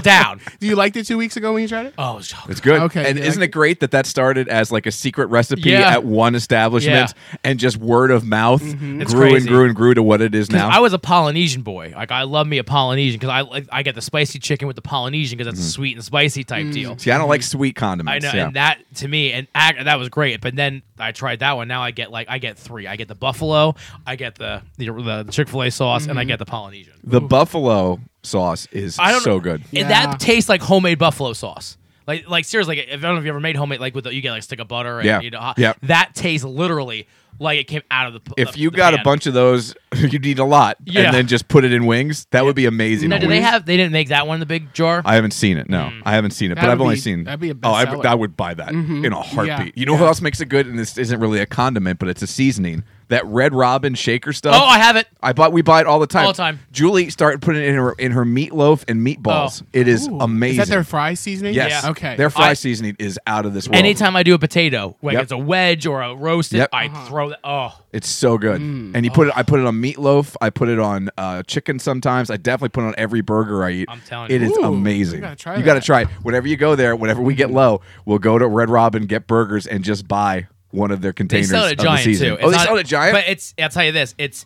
down.
Do you like it two weeks ago when you tried it?
Oh, so
It's good.
Okay,
And
yeah.
isn't it great that that started as like a secret recipe
Yeah.
at one establishment and just word of mouth
Mm-hmm. It's
grew
crazy.
and grew and grew to what it is now?
I was a Polynesian boy. Like I love me a Polynesian because I like I get the spicy chicken with the Polynesian because that's a sweet and spicy type deal.
See, I don't like Mm-hmm. sweet
I
condiments.
know,
yeah.
and that to me, and ac- that was great. But then I tried that one. Now I get like I get three. I get the buffalo, I get the the, the Chick Fil A sauce, and I get the Polynesian.
the buffalo sauce is
I don't
so good.
And
Yeah.
that tastes like homemade buffalo sauce. Like, like seriously, like, if I don't know if you ever made homemade, like with the, you get like a stick of butter, and
Yeah.
you know, hot-
Yeah.
that tastes literally like it came out of the.
If
the-
you
the
got a
pan.
bunch of those, you'd eat a lot,
Yeah.
and then just put it in wings. That would be amazing.
now,
on
do they
wings.
have? They didn't make that one in the big jar.
I haven't seen it.
Mm.
No, I haven't seen it,
That
but I've
would
only
be-
seen.
that'd be a Mm-hmm.
oh, I,
bestseller.
I would buy that in a heartbeat. You know who else makes it good? And this isn't really a condiment, but it's a seasoning. That Red Robin shaker stuff.
oh, I have it.
I bought. We buy it all the time.
All the time.
Julie started putting it in her in her meatloaf and meatballs.
Oh.
It is
Ooh.
amazing.
Is that their fry seasoning?
yes.
Yeah.
Okay.
Their fry
I-
seasoning is out of this world.
Anytime I do a potato, like
Yep.
it's a wedge or a roasted,
Yep.
I
Uh-huh.
throw that. Oh,
It's so good.
Mm.
and you put it. I put it on meatloaf. I put it on uh, chicken sometimes. I definitely put it on every burger I eat.
I'm telling
It
you.
is
Ooh,
amazing.
I gotta try
you got to
that.
try it. Whenever you go there, whenever we
Mm.
get low, we'll go to Red Robin, get burgers, and just buy one of their
they
containers
sell it
of
at
the
Giant
season. Oh,
too.
they
It's not-
sell it at Giant.
but it's. I'll tell you this, it's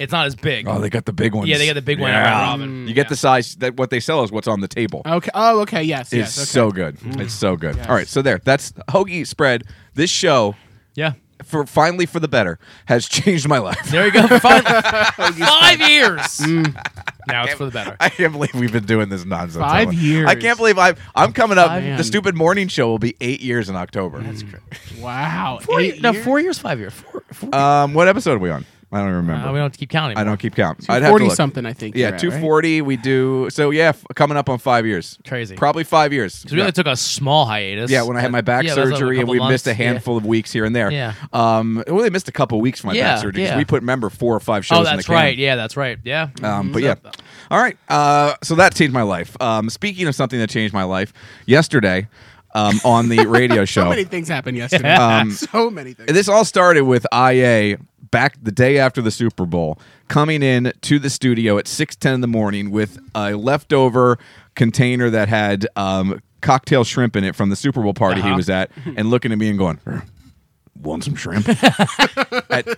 it's not as big.
oh, they got the big ones.
Yeah, they got the big one at Red Robin.
You get
Yeah.
the size that what they sell is what's on the table.
Okay. Oh, okay.
It's
Yes. yes. Okay.
so good.
Mm.
It's so good. All right, so there. That's hoagie spread. This show
yeah,
for finally for the better has changed my life.
there you go. Five,
Oh,
five years.
Mm.
Now it's for the better.
I can't believe we've been doing this nonsense.
Five
I'm-
years.
I can't believe I'm I'm coming up.
Five-
The stupid morning show will be eight years in October. That's great.
wow.
Four,
Eight
no,
years?
four years, five years. Four, four,
Um, what episode are we on? I don't remember.
Uh, we don't have to keep counting.
I don't keep count. I'd have to
40
look.
something, I think.
Yeah, two forty. We do. So yeah, f- coming up on five years.
Crazy.
Probably five years.
Because we
Yeah.
only took a small hiatus.
Yeah, when I had my back
Yeah, it was a
surgery and
couple
we missed a
months. Yeah.
handful of weeks here and there.
Yeah.
Um, well, they missed a couple weeks for my
Yeah,
back surgery. 'cause
yeah.
We put remember four or five shows.
Oh,
in the
that's
can.
right. Yeah, that's right. Yeah.
Um, but yeah. All right. Uh, so that changed my life. Um, speaking of something that changed my life, yesterday, um, on the radio show.
So many things happened yesterday.
Um,
so many things.
This all started with IA back the day after the Super Bowl coming in to the studio at 6:10 in the morning with a leftover container that had um, cocktail shrimp in it from the Super Bowl party he was at and looking at me and going "Er, Want some shrimp at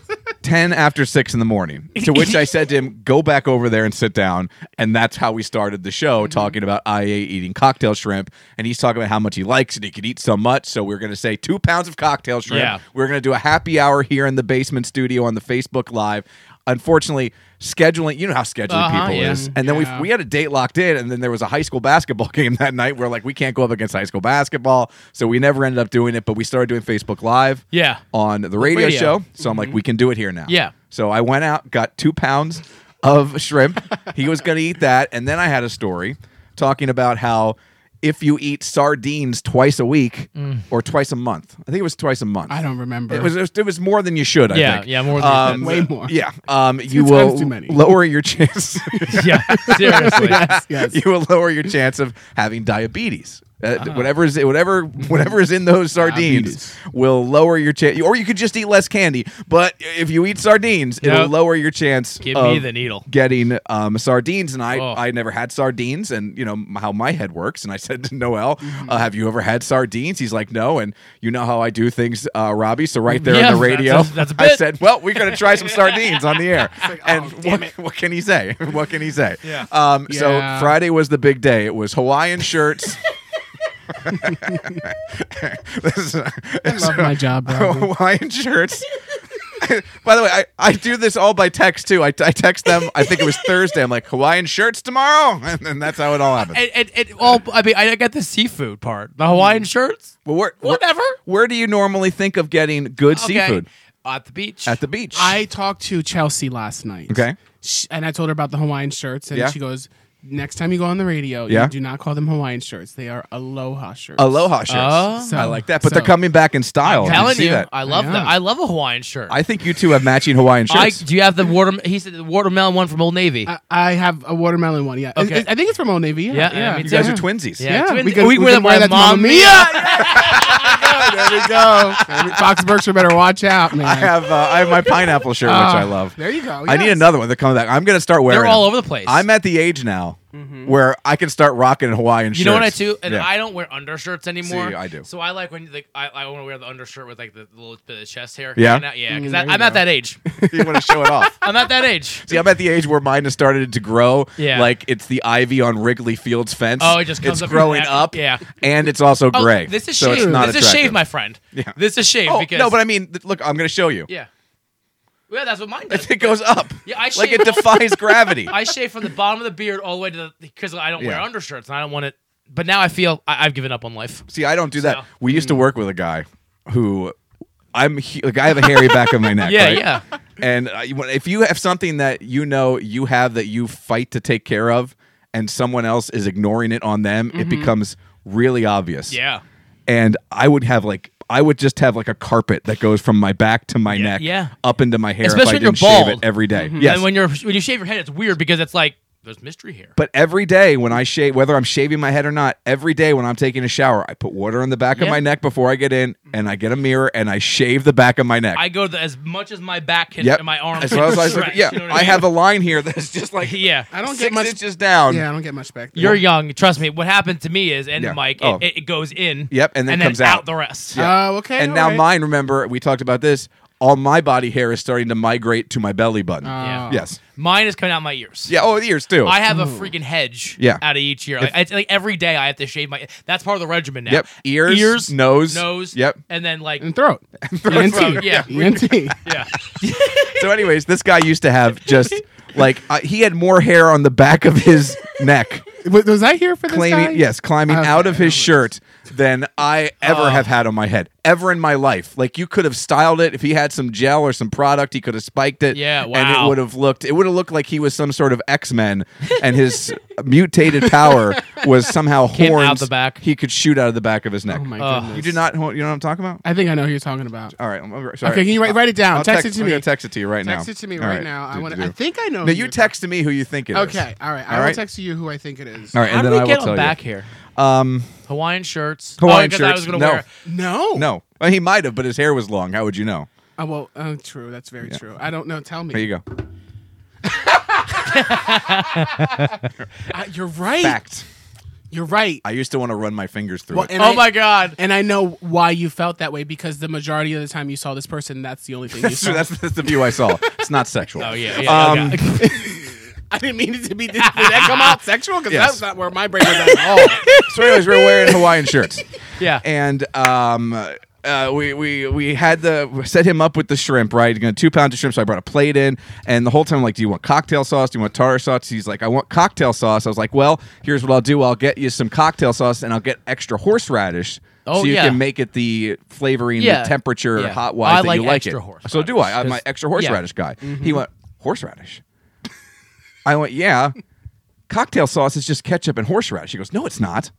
10 after 6 in the morning. To which I said to him, Go back over there and sit down. And that's how we started the show,
Mm-hmm.
talking about IA eating cocktail shrimp. And he's talking about how much he likes it. He could eat so much. So we're going to say two pounds of cocktail shrimp.
Yeah.
We're going to do a happy hour here in the basement studio on the Facebook Live. Unfortunately, scheduling, you know how scheduling
Uh-huh,
people
yeah.
is. And then we we had a date locked in, and then there was a high school basketball game that night where like we can't go up against high school basketball, so we never ended up doing it. But we started doing Facebook Live,
Yeah.
on the radio,
Radio.
show. So I'm
Mm-hmm.
like, we can do it here now.
Yeah.
So I went out, got two pounds of shrimp. he was going to eat that, and then I had a story talking about how if you eat sardines twice a week or twice a month, I think it was twice a month.
Mm. I don't remember.
It was it was more than you should. I
Yeah,
think.
yeah, more than you
um,
should.
Way more.
Yeah, um, you
times
will
too many.
lower your chance.
yeah, seriously.
yes.
you will lower your chance of having diabetes. Uh,
Ah.
Whatever is whatever whatever is in those sardines
Diabetes.
will lower your chance, or you could just eat less candy. But if you eat sardines, it'll
Nope.
lower your chance.
Give
of
me the needle.
Getting um, sardines, and I
Oh.
I never had sardines, and you know m- how my head works. And I said to Noel,
Mm-hmm.
uh, "Have you ever had sardines?" He's like, "No," and you know how I do things, uh, Robbie. So right there
Yeah,
on the
that's-
radio,
that's- that's a
I
bit. "Oh,
said, "Well, we're gonna try some sardines on the air." and what, what can he say? what can he say? Yeah. Um,
Yeah.
So Friday was the big day. It was Hawaiian shirts. This is-
I love my job, bro.
Hawaiian shirts. by the way, I, I do this all by text too. I, I text them. I think it was Thursday. I'm like Hawaiian shirts tomorrow, and, and that's how it all happened.
And, and, and all, I mean, I got the seafood part, the Hawaiian
Mm.
shirts.
Well, where, where-
Whatever.
Where do you normally think of getting good
Okay.
seafood
at the beach.
at the beach?
I talked to Chelsea last night.
Okay.
Sh and I told her about the Hawaiian shirts, and
Yeah.
she goes, "Next time you go on the radio,
Yeah.
you do not call them Hawaiian shirts. They are aloha shirts.
Aloha shirts.
Oh.
I
So-
like that, but
so-
they're coming back in style. Did
telling
see
you,
that?
I love
Yeah.
that. I love a Hawaiian shirt.
I think you two have matching Hawaiian
I-
shirts.
do you have the water? He said the watermelon one from Old Navy.
I, I have a watermelon one. Yeah. I-
Okay.
I, think it's from Old Navy. Yeah.
Yeah, me
you
too.
guys are Oh,
Yeah.
twinsies.
yeah,
yeah,
twin-
we could- we
wear
could
them
wear
by
that to Mamma
Mamma
Mia. there we go. Fox Berkshire better watch out, man.
I have uh, I have my pineapple shirt, which
Oh.
I love.
There you go.
I need
yes.
another one. They're coming back. I'm gonna start wearing.
They're all
them.
over the place.
I'm at the age now where I can start rocking Hawaiian shirts.
Mm-hmm. You know what I do? And
Yeah.
I don't wear undershirts anymore.
I do.
So I like when like I, I want to wear the undershirt with like the little bit of chest hair.
Yeah?
hanging out. yeah.
Mm,
Because
there
I'm
you
at
go.
that age.
you want to show it off.
I'm at that age.
See, I'm at the age where mine has started to grow.
Yeah.
Like it's the ivy on Wrigley Field's fence.
Oh, it just comes
it's
up in
growing
that-
up.
yeah.
And it's also
Oh,
gray.
This is
so
shave.
It's not
this is
attractive.
shave, my friend.
Yeah.
This is shave
Oh,
because
no, but I mean, th- look, I'm going to show you.
yeah, yeah. That's what mine does.
It goes up.
Yeah, I
like
shave-
it defies gravity.
I shave from the bottom of the beard all the way to the because I don't wear
Yeah.
undershirts and I don't want it. But now I feel I, I've given up on life.
See, I don't do that.
So- hmm.
We used to work with a guy who I'm he- like I have a hairy back of my neck.
Yeah,
right?
yeah.
And uh, you- if you have something that you know you have that you fight to take care of, and someone else is ignoring it on them, it becomes really obvious.
Mm-hmm. Yeah.
And I would have like I would just have like a carpet that goes from my back to my neck,
yeah.
up into my hair.
Especially
if I
when you're
didn't shave
bald. Mm-hmm.
it every day. Yes.
And when you're when you shave your head, it's weird because it's like there's mystery here.
But every day when I shave, whether I'm shaving my head or not, every day when I'm taking a shower, I put water on the back of
Yeah. Mm-hmm.
my neck before I get in, and I get a mirror and I shave the back of my neck.
I go to as much as my back can and my arms.
As well as
can
I
stretch,
yeah,
you know what
I
mean?
have a line here that's just like
yeah.
I don't
six
get much.
inches down.
Yeah, I don't get much back. There.
You're young. Trust me. What happened to me is, and
Yeah.
Mike,
Oh.
it, it goes in.
Yep, and then comes out.
out the rest.
Yeah.
Oh, okay.
and
all
now
right.
mine. Remember, we talked about this. All my body hair is starting to migrate to my belly button.
Ah.
Yeah.
yes.
Mine is coming out my ears.
Yeah. Oh, the ears too.
I have a freaking hedge
Yeah.
out of each ear. Like, it's like every day I have to shave my. That's part of the regimen now.
Yep. Ears,
ears,
nose.
nose.
Yep.
and then like
and E throat. ENT.
throat, yeah.
ENT.
yeah,
so, anyways, this guy used to have just like uh, he had more hair on the back of his neck.
Was, was I here for this
claiming
guy?
yes climbing
Okay,
out of
I
his shirt than i ever
Oh.
have had on my head ever in my life like you could have styled it if he had some gel or some product he could have spiked it
Yeah,
and it
wow.
would have looked it would have looked like he was some sort of x-men and his mutated power was somehow
Came out
horns
the back.
he could shoot out of the back of his neck
Oh my goodness.
you do not you know what i'm talking about
I think I know who you're talking about.
all right, I'm- I'm sorry.
Okay, can you write, write it down?
I'll
text, it to
I'm
me.
gonna text it to you right now.
Text it to me
All
right, now. I
do-
want.
do-
I think I know.
No,
who
you
you're
text to me who you think it is.
talking- Okay. All right.
All
I will
right.
text you who I think it is.
All right,
How
and
do
then
we
I will
get
tell
on back
you.
here?
Um,
Hawaiian shirts.
Hawaiian
oh, 'cause I
shirts,
was gonna
no.
wear.
No.
No, Well, he might have, but his hair was long. How would you know?
Oh, well, oh, true. That's very true. I don't know. Tell me.
There you go.
Uh, you're right.
Fact.
You're right.
I used to want to run my fingers through
Well,
it.
and
Oh
I-
my god.
And I know why you felt that way because the majority of the time you saw this person, that's the only thing you
That's,
saw.
that's, that's the view I saw. It's not sexual.
Oh yeah. yeah
Um,
okay.
I didn't mean it to be. Did, did that come out sexual? Because
Yes.
that's not where my brain was at all.
Oh, So, anyways, we were wearing Hawaiian shirts,
yeah.
and um, uh, we we we had the we set him up with the shrimp, right? Gonna two pounds of shrimp. So I brought a plate in, and the whole time, I'm like, do you want cocktail sauce? Do you want tartar sauce? He's like, I want cocktail sauce. I was like, well, here's what I'll do. I'll get you some cocktail sauce, and I'll get extra horseradish.
Oh,
so you
yeah.
can make it the flavoring,
Yeah.
the temperature,
Yeah.
hot wise
I
that
like
you like
extra
it.
horseradish,
so do I. I'm
'cause- Mm-hmm.
my extra horseradish guy. He went horseradish. I went, yeah. Cocktail sauce is just ketchup and horseradish. He goes, no, it's not.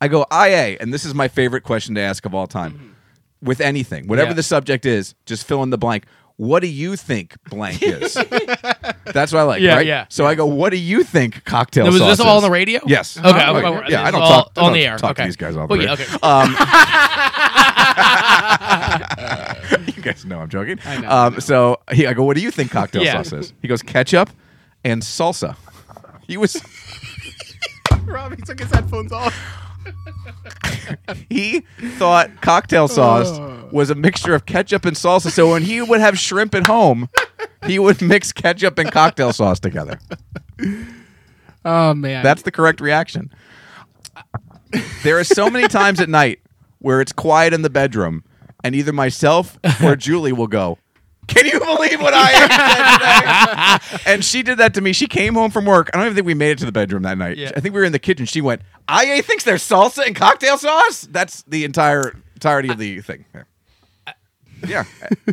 I go, IA, and this is my favorite question to ask of all time. With anything, whatever
Mm-hmm. Yeah.
the subject is, just fill in the blank. What do you think blank is? That's what I like,
Yeah,
right?
yeah.
So I go, what do you think cocktail
Now, was
sauce
this all
is?
on the radio?
Yes.
Okay.
Oh,
okay,
yeah.
okay.
Yeah, I
This
don't
is
talk- I
all, on
don't
the air.
talk to
okay.
these guys on the
Well, yeah,
radio.
okay.
you guys know I'm joking. I
know,
um, So he, I go, what do you think cocktail
Yeah.
sauce is? He goes, ketchup and salsa. He was
Robbie took his headphones off.
he thought cocktail sauce
Oh.
was a mixture of ketchup and salsa. So when he would have shrimp at home, he would mix ketchup and cocktail sauce together.
Oh man.
That's the correct reaction. There are so many times at night where it's quiet in the bedroom, and either myself or Julie will go, Can you believe what I am today? and she did that to me. She came home from work. I don't even think we made it to the bedroom that night.
Yeah.
I think we were in the kitchen. She went, IA thinks there's salsa and cocktail sauce? That's the entire entirety of the thing. Yeah. Yeah.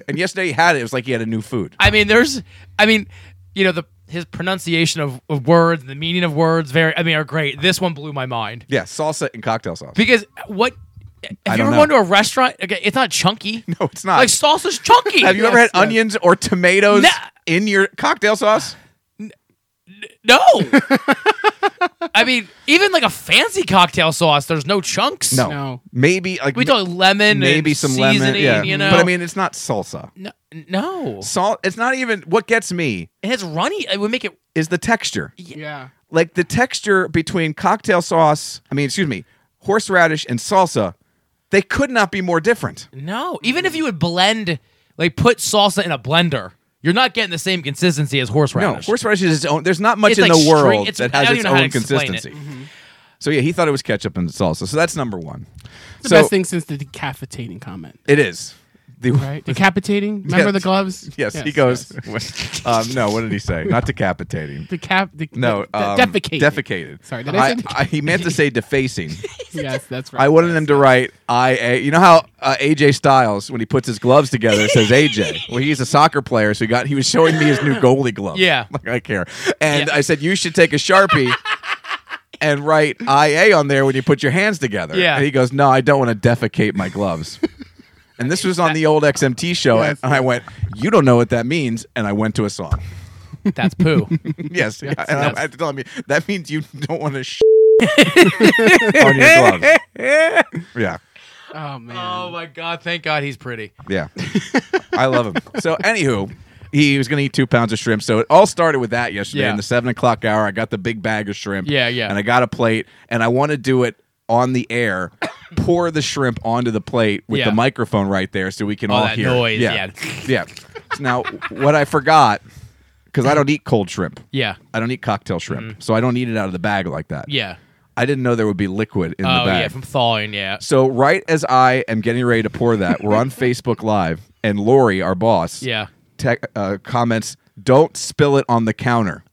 and yesterday he had it. It was like he had a new food.
I mean, there's, I mean, you know, the his pronunciation of, of words, the meaning of words, very, I mean, are great. This one blew my mind
yeah, salsa and cocktail sauce.
because what. Have you
don't
ever
know.
gone to a restaurant? Okay, it's not chunky.
No, it's not.
Like salsa's chunky.
Have you ever had
yes.
onions or tomatoes
No.
in your cocktail sauce?
No. I mean, even like a fancy cocktail sauce, there's no chunks.
No.
No.
Maybe like
We talk lemon,
maybe some lemon, yeah.
You know,
But I mean, it's not salsa.
no, no.
Salt. It's not even. What gets me
It has runny. It would make it.
is the texture.
yeah.
Like the texture between cocktail sauce. I mean, excuse me, horseradish and salsa. They could not be more different.
No, even
Mm.
if you would blend, like put salsa in a blender, you're not getting the same consistency as
No,
horseradish.
horseradish is its own. There's not much
It's
in
like
the
string-
world
it's-
that
I
has
don't
its
even know how
own
to explain it. Mm-hmm.
consistency. So yeah, he thought it was ketchup and salsa. So that's number one.
The
so
best thing since the decapitating comment.
it is. The,
Right? Decapitating? Remember
Yes.
the gloves?
Yes, he goes. um, no, what did he say? Not decapitating.
Decap. The,
No,
the,
um,
defecated.
Defecated.
Sorry, did I say
I, He meant to say defacing.
Yes, that's right.
I wanted him to write I A. You know how uh, AJ Styles, when he puts his gloves together, says AJ. Well, he's a soccer player, so he got. He was showing me his new goalie glove.
Yeah.
like I care. And
Yeah.
I said you should take a sharpie. And write IA on there when you put your hands together.
Yeah.
And he goes, No, I don't want to defecate my gloves. and this was on the old XMT show.
Yes.
And I went, You don't know what that means. And I went to a song.
That's poo.
Yes, yeah, and I, I had to tell me that means you don't want to sh- on your gloves. Yeah,
Oh man.
oh my god! Thank God he's pretty.
yeah. I love him. So, anywho, he was going to eat two pounds of shrimp. So it all started with that yesterday
Yeah.
in the seven o'clock hour. I got the big bag of shrimp.
Yeah, yeah.
And I got a plate, and I want to do it on the air. pour the shrimp onto the plate with
Yeah.
the microphone right there, so we can
All
all
that
hear. it.
noise,
yeah. So Now, what I forgot because I don't eat cold shrimp.
Yeah,
I don't eat cocktail shrimp, so I don't eat it out of the bag like that.
Mm-hmm. yeah.
I didn't know there would be liquid in
Oh
the bag.
yeah, from thawing. Yeah.
so right as I am getting ready to pour that, we're on Facebook Live, and Lori, our boss,
Yeah.
te- uh, comments, "Don't spill it on the counter."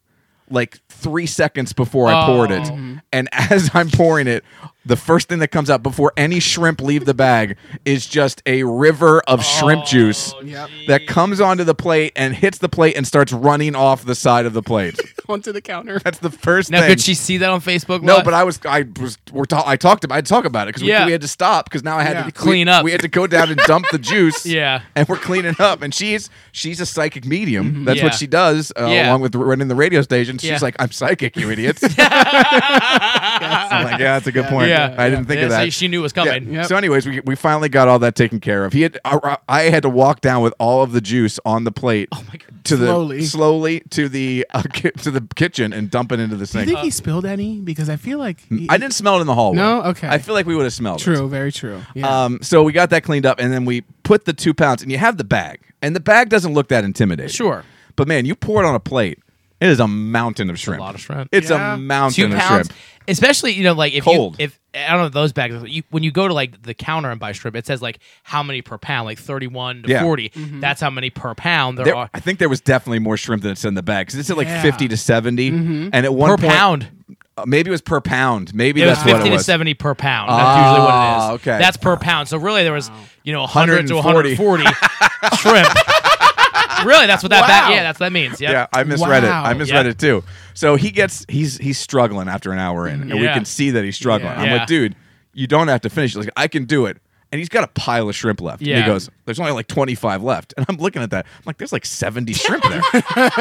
Like three seconds before I poured it,
Oh.
and as I'm pouring it, the first thing that comes out before any shrimp leave the bag is just a river of
Oh,
shrimp juice that comes onto the plate and hits the plate and starts running off the side of the plate.
onto the counter.
That's the first
Now,
thing.
could she see that on Facebook?
No,
Live?
but I was I was we're ta- I talked about I talk about it because we,
Yeah.
we had to stop because now I had
Yeah.
to
Clean up.
We had to go down and dump the juice.
Yeah.
and we're cleaning up, and she's she's a psychic medium. That's
Mm-hmm. Yeah.
what she does uh,
Yeah.
along with running the radio station. She's
Yeah.
like, I'm psychic, you idiots. I'm like, yeah, that's a good point.
Yeah.
I didn't think
Yeah,
of
so
that.
she knew it was
Yeah.
coming.
So, anyways, we, we finally got all that taken care of. He had I, I had to walk down with all of the juice on the plate
Oh
to the
Slowly.
slowly to the uh, ki- to the kitchen and dump it into the
Do you
sink.
think he spilled any? Because I feel like Uh, he-
I didn't smell it in the hallway.
No? Okay.
I feel like we would have smelled it.
True, very true. Yeah.
Um, so we got that cleaned up, and then we put the two pounds, and you have the bag, and the bag doesn't look that intimidating.
Sure.
but man, you pour it on a plate. It is a mountain of shrimp.
lot of shrimp.
It's
Yeah.
a mountain
two
of
pounds,
shrimp.
especially you know like if
Cold.
you if I don't know those bags you, when you go to like the counter and buy shrimp it says like how many per pound like thirty one to
Yeah.
forty that's how many per pound there,
There-
are
I think there was definitely more shrimp than it's in the bag because it's at like
Yeah.
fifty to 70 and at one
per
point-
pound.
uh, maybe it was per pound. Maybe
It was
that's what
fifty
it
to
was.
seventy per pound. That's usually what
Ah,
it is.
okay.
That's per pound. So really, there was you know hundred to one hundred
140.
forty shrimp. really, that's what that ba- yeah that's what that means. Yep.
Yeah, I misread
Wow.
it. I misread
Yeah.
it too. So he gets he's he's struggling after an hour in, and we
Yeah.
can see that he's struggling.
Yeah.
I'm
Yeah.
like, dude, you don't have to finish. He's like, I can do it. And he's got a pile of shrimp left. And
Yeah.
he goes, There's only like 25 left. And I'm looking at that. I'm like, There's like 70 shrimp there.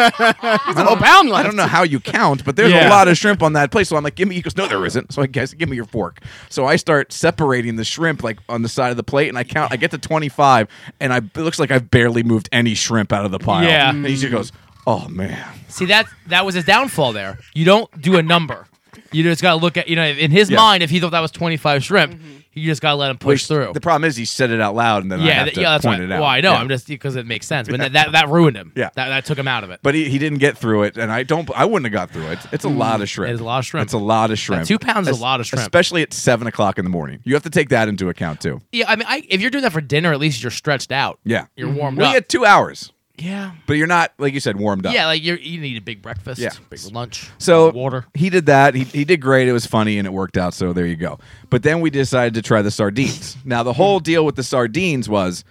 oh, pound
I
left.
don't know how you count, but there's
Yeah.
a lot of shrimp on that plate. So I'm like, Give me. He goes, No, there isn't. So I guess, Give me your fork. So I start separating the shrimp like on the side of the plate, and I count. I get to 25, and I, it looks like I've barely moved any shrimp out of the pile.
Yeah. Mm.
And he just goes, Oh, man.
See that that was his downfall there. You don't do a number. You just gotta look at you know in his
Yes.
mind if he thought that was twenty five shrimp, you just gotta let him push
Which
through.
The problem is he said it out loud and then I
yeah,
have
th-
to
yeah, that's
point
why.
it out.
Well, I know.
Yeah.
I'm just because it makes sense, but that, that that ruined him.
Yeah.
that, that took him out of it.
but he, he didn't get through it, and I don't. I wouldn't have got through it. It's a lot of shrimp.
It is Mm, a lot of shrimp.
It's a lot of shrimp.
two pounds is a
Es-
lot of shrimp.
especially at seven o'clock in the morning. You have to take that into account too.
yeah, I mean, I, if you're doing that for dinner, at least you're stretched out.
Yeah,
you're warmed
We
up.
had two hours,
yeah,
but you're not like you said warmed up.
yeah, like you're, you need a big breakfast.
Yeah.
big lunch.
So
water.
He did that. He, he did great. It was funny and it worked out. So there you go. But then we decided to try the sardines. now the whole deal with the sardines was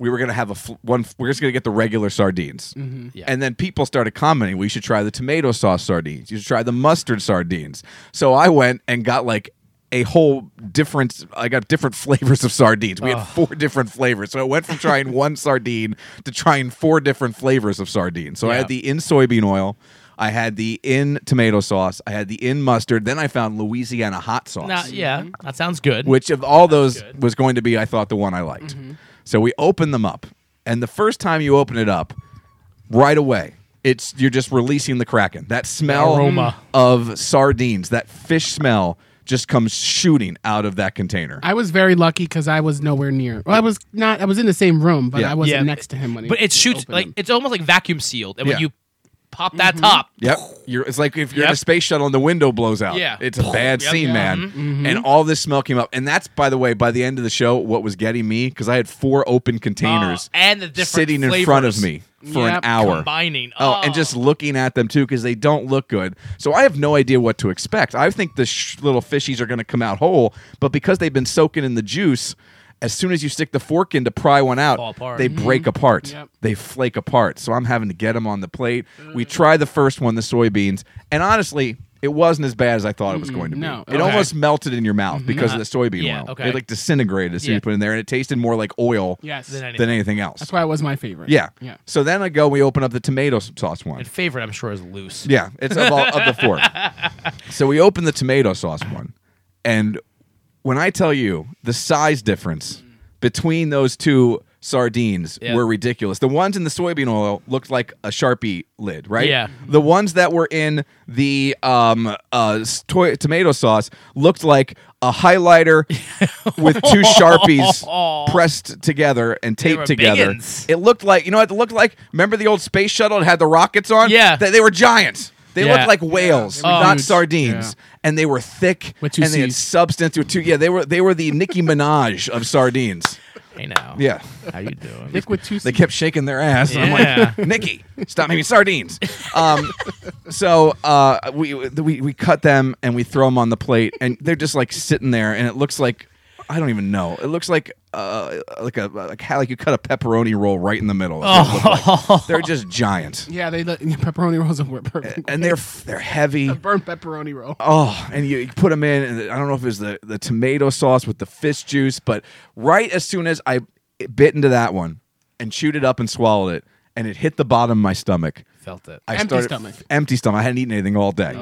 we were gonna have a fl- one. We're just gonna get the regular sardines.
Yeah.
And then people started commenting. We should try the tomato sauce sardines. You should try the mustard sardines. So I went and got like. A whole different. I got different flavors of sardines. We had four different flavors, so I went from trying one sardine to trying four different flavors of sardines. So I
Yeah.
had the in soybean oil. I had the in tomato sauce. I had the in mustard. Then I found Louisiana hot sauce,
Now, yeah, that sounds good.
which of all those was going to be, I thought, the one I liked.
Mm-hmm.
So we opened them up. And the first time you open it up, right away, it's you're just releasing the kraken. That smell
aroma.
of sardines, that fish smell just comes shooting out of that container.
I was very lucky because I was nowhere near. Well, I was not. I was in the same room, but
Yeah.
I wasn't
Yeah,
next to him when he.
but it shoots
opened
like
them.
it's almost like vacuum sealed, and when
Yeah.
you pop that top,
Yep. You're, it's like if you're in
Yep.
a space shuttle and the window blows out.
Yeah.
It's a bad
Yep. Mm-hmm.
scene,
Yeah.
man. And all this smell came up. And that's, by the way, by the end of the show, what was getting me, because I had four open containers
Oh, and the different
sitting in front of
flavors.
me for
Yep.
an hour.
combining.
Oh, and just looking at them too, because they don't look good. So I have no idea what to expect. I think the sh- little fishies are going to come out whole, but because they've been soaking in the juice, as soon as you stick the fork in to pry one out,
Fall apart.
they break apart.
Mm-hmm. Yep. Mm.
They flake apart. So I'm having to get them on the plate. We try the first one, the soybeans, and honestly, it wasn't as bad as I thought it was going to be.
Mm-hmm. no.
It
Okay. Mm-hmm. Uh,
almost melted in your mouth because of the soybean
Yeah,
oil.
okay.
It like disintegrated as soon as
Yeah.
you put it in there, and it tasted more like oil
yes,
Then I-
than anything else.
that's why it was my favorite.
yeah.
yeah.
So then I go, we open up the tomato sauce one.
and favorite, I'm sure, is loose.
Yeah, it's of, all, of the four. So we open the tomato sauce one, and when I tell you the size difference between those two sardines
Yeah.
were ridiculous. The ones in the soybean oil looked like a sharpie lid, right?
Yeah.
The ones that were in the um, uh, s- toy- tomato sauce looked like a highlighter with two sharpies pressed together and
were
taped together.
biggins.
It looked like you know what it looked like. Remember the old space shuttle? It had the rockets on.
Yeah.
They, they were giants. They
Yeah.
looked like whales,
were
not
huge.
sardines, and they were thick
With two
and they had
Cs.
substance. With two, yeah, they were they were the Nicki Minaj of sardines.
Hey now,
Yeah,
how you doing?
Nick with two.
they kept shaking their ass. and I'm
Yeah.
like, Nicki, stop making sardines. Um, so uh, we, we we cut them and we throw them on the plate, and they're just like sitting there, and it looks like I don't even know. It looks like uh, like a like how like you cut a pepperoni roll right in the middle. That's what it looked like. They're just giant,
Yeah, they let, pepperoni rolls were perfect.
and they're they're heavy.
A burnt pepperoni roll.
Oh, and you, you put them in, and I don't know if it was the, the tomato sauce with the fish juice, but right as soon as I bit into that one and chewed it up and swallowed it, and it hit the bottom of my stomach.
Felt it.
I
Empty stomach. Oh.
Empty stomach. I hadn't eaten anything all day.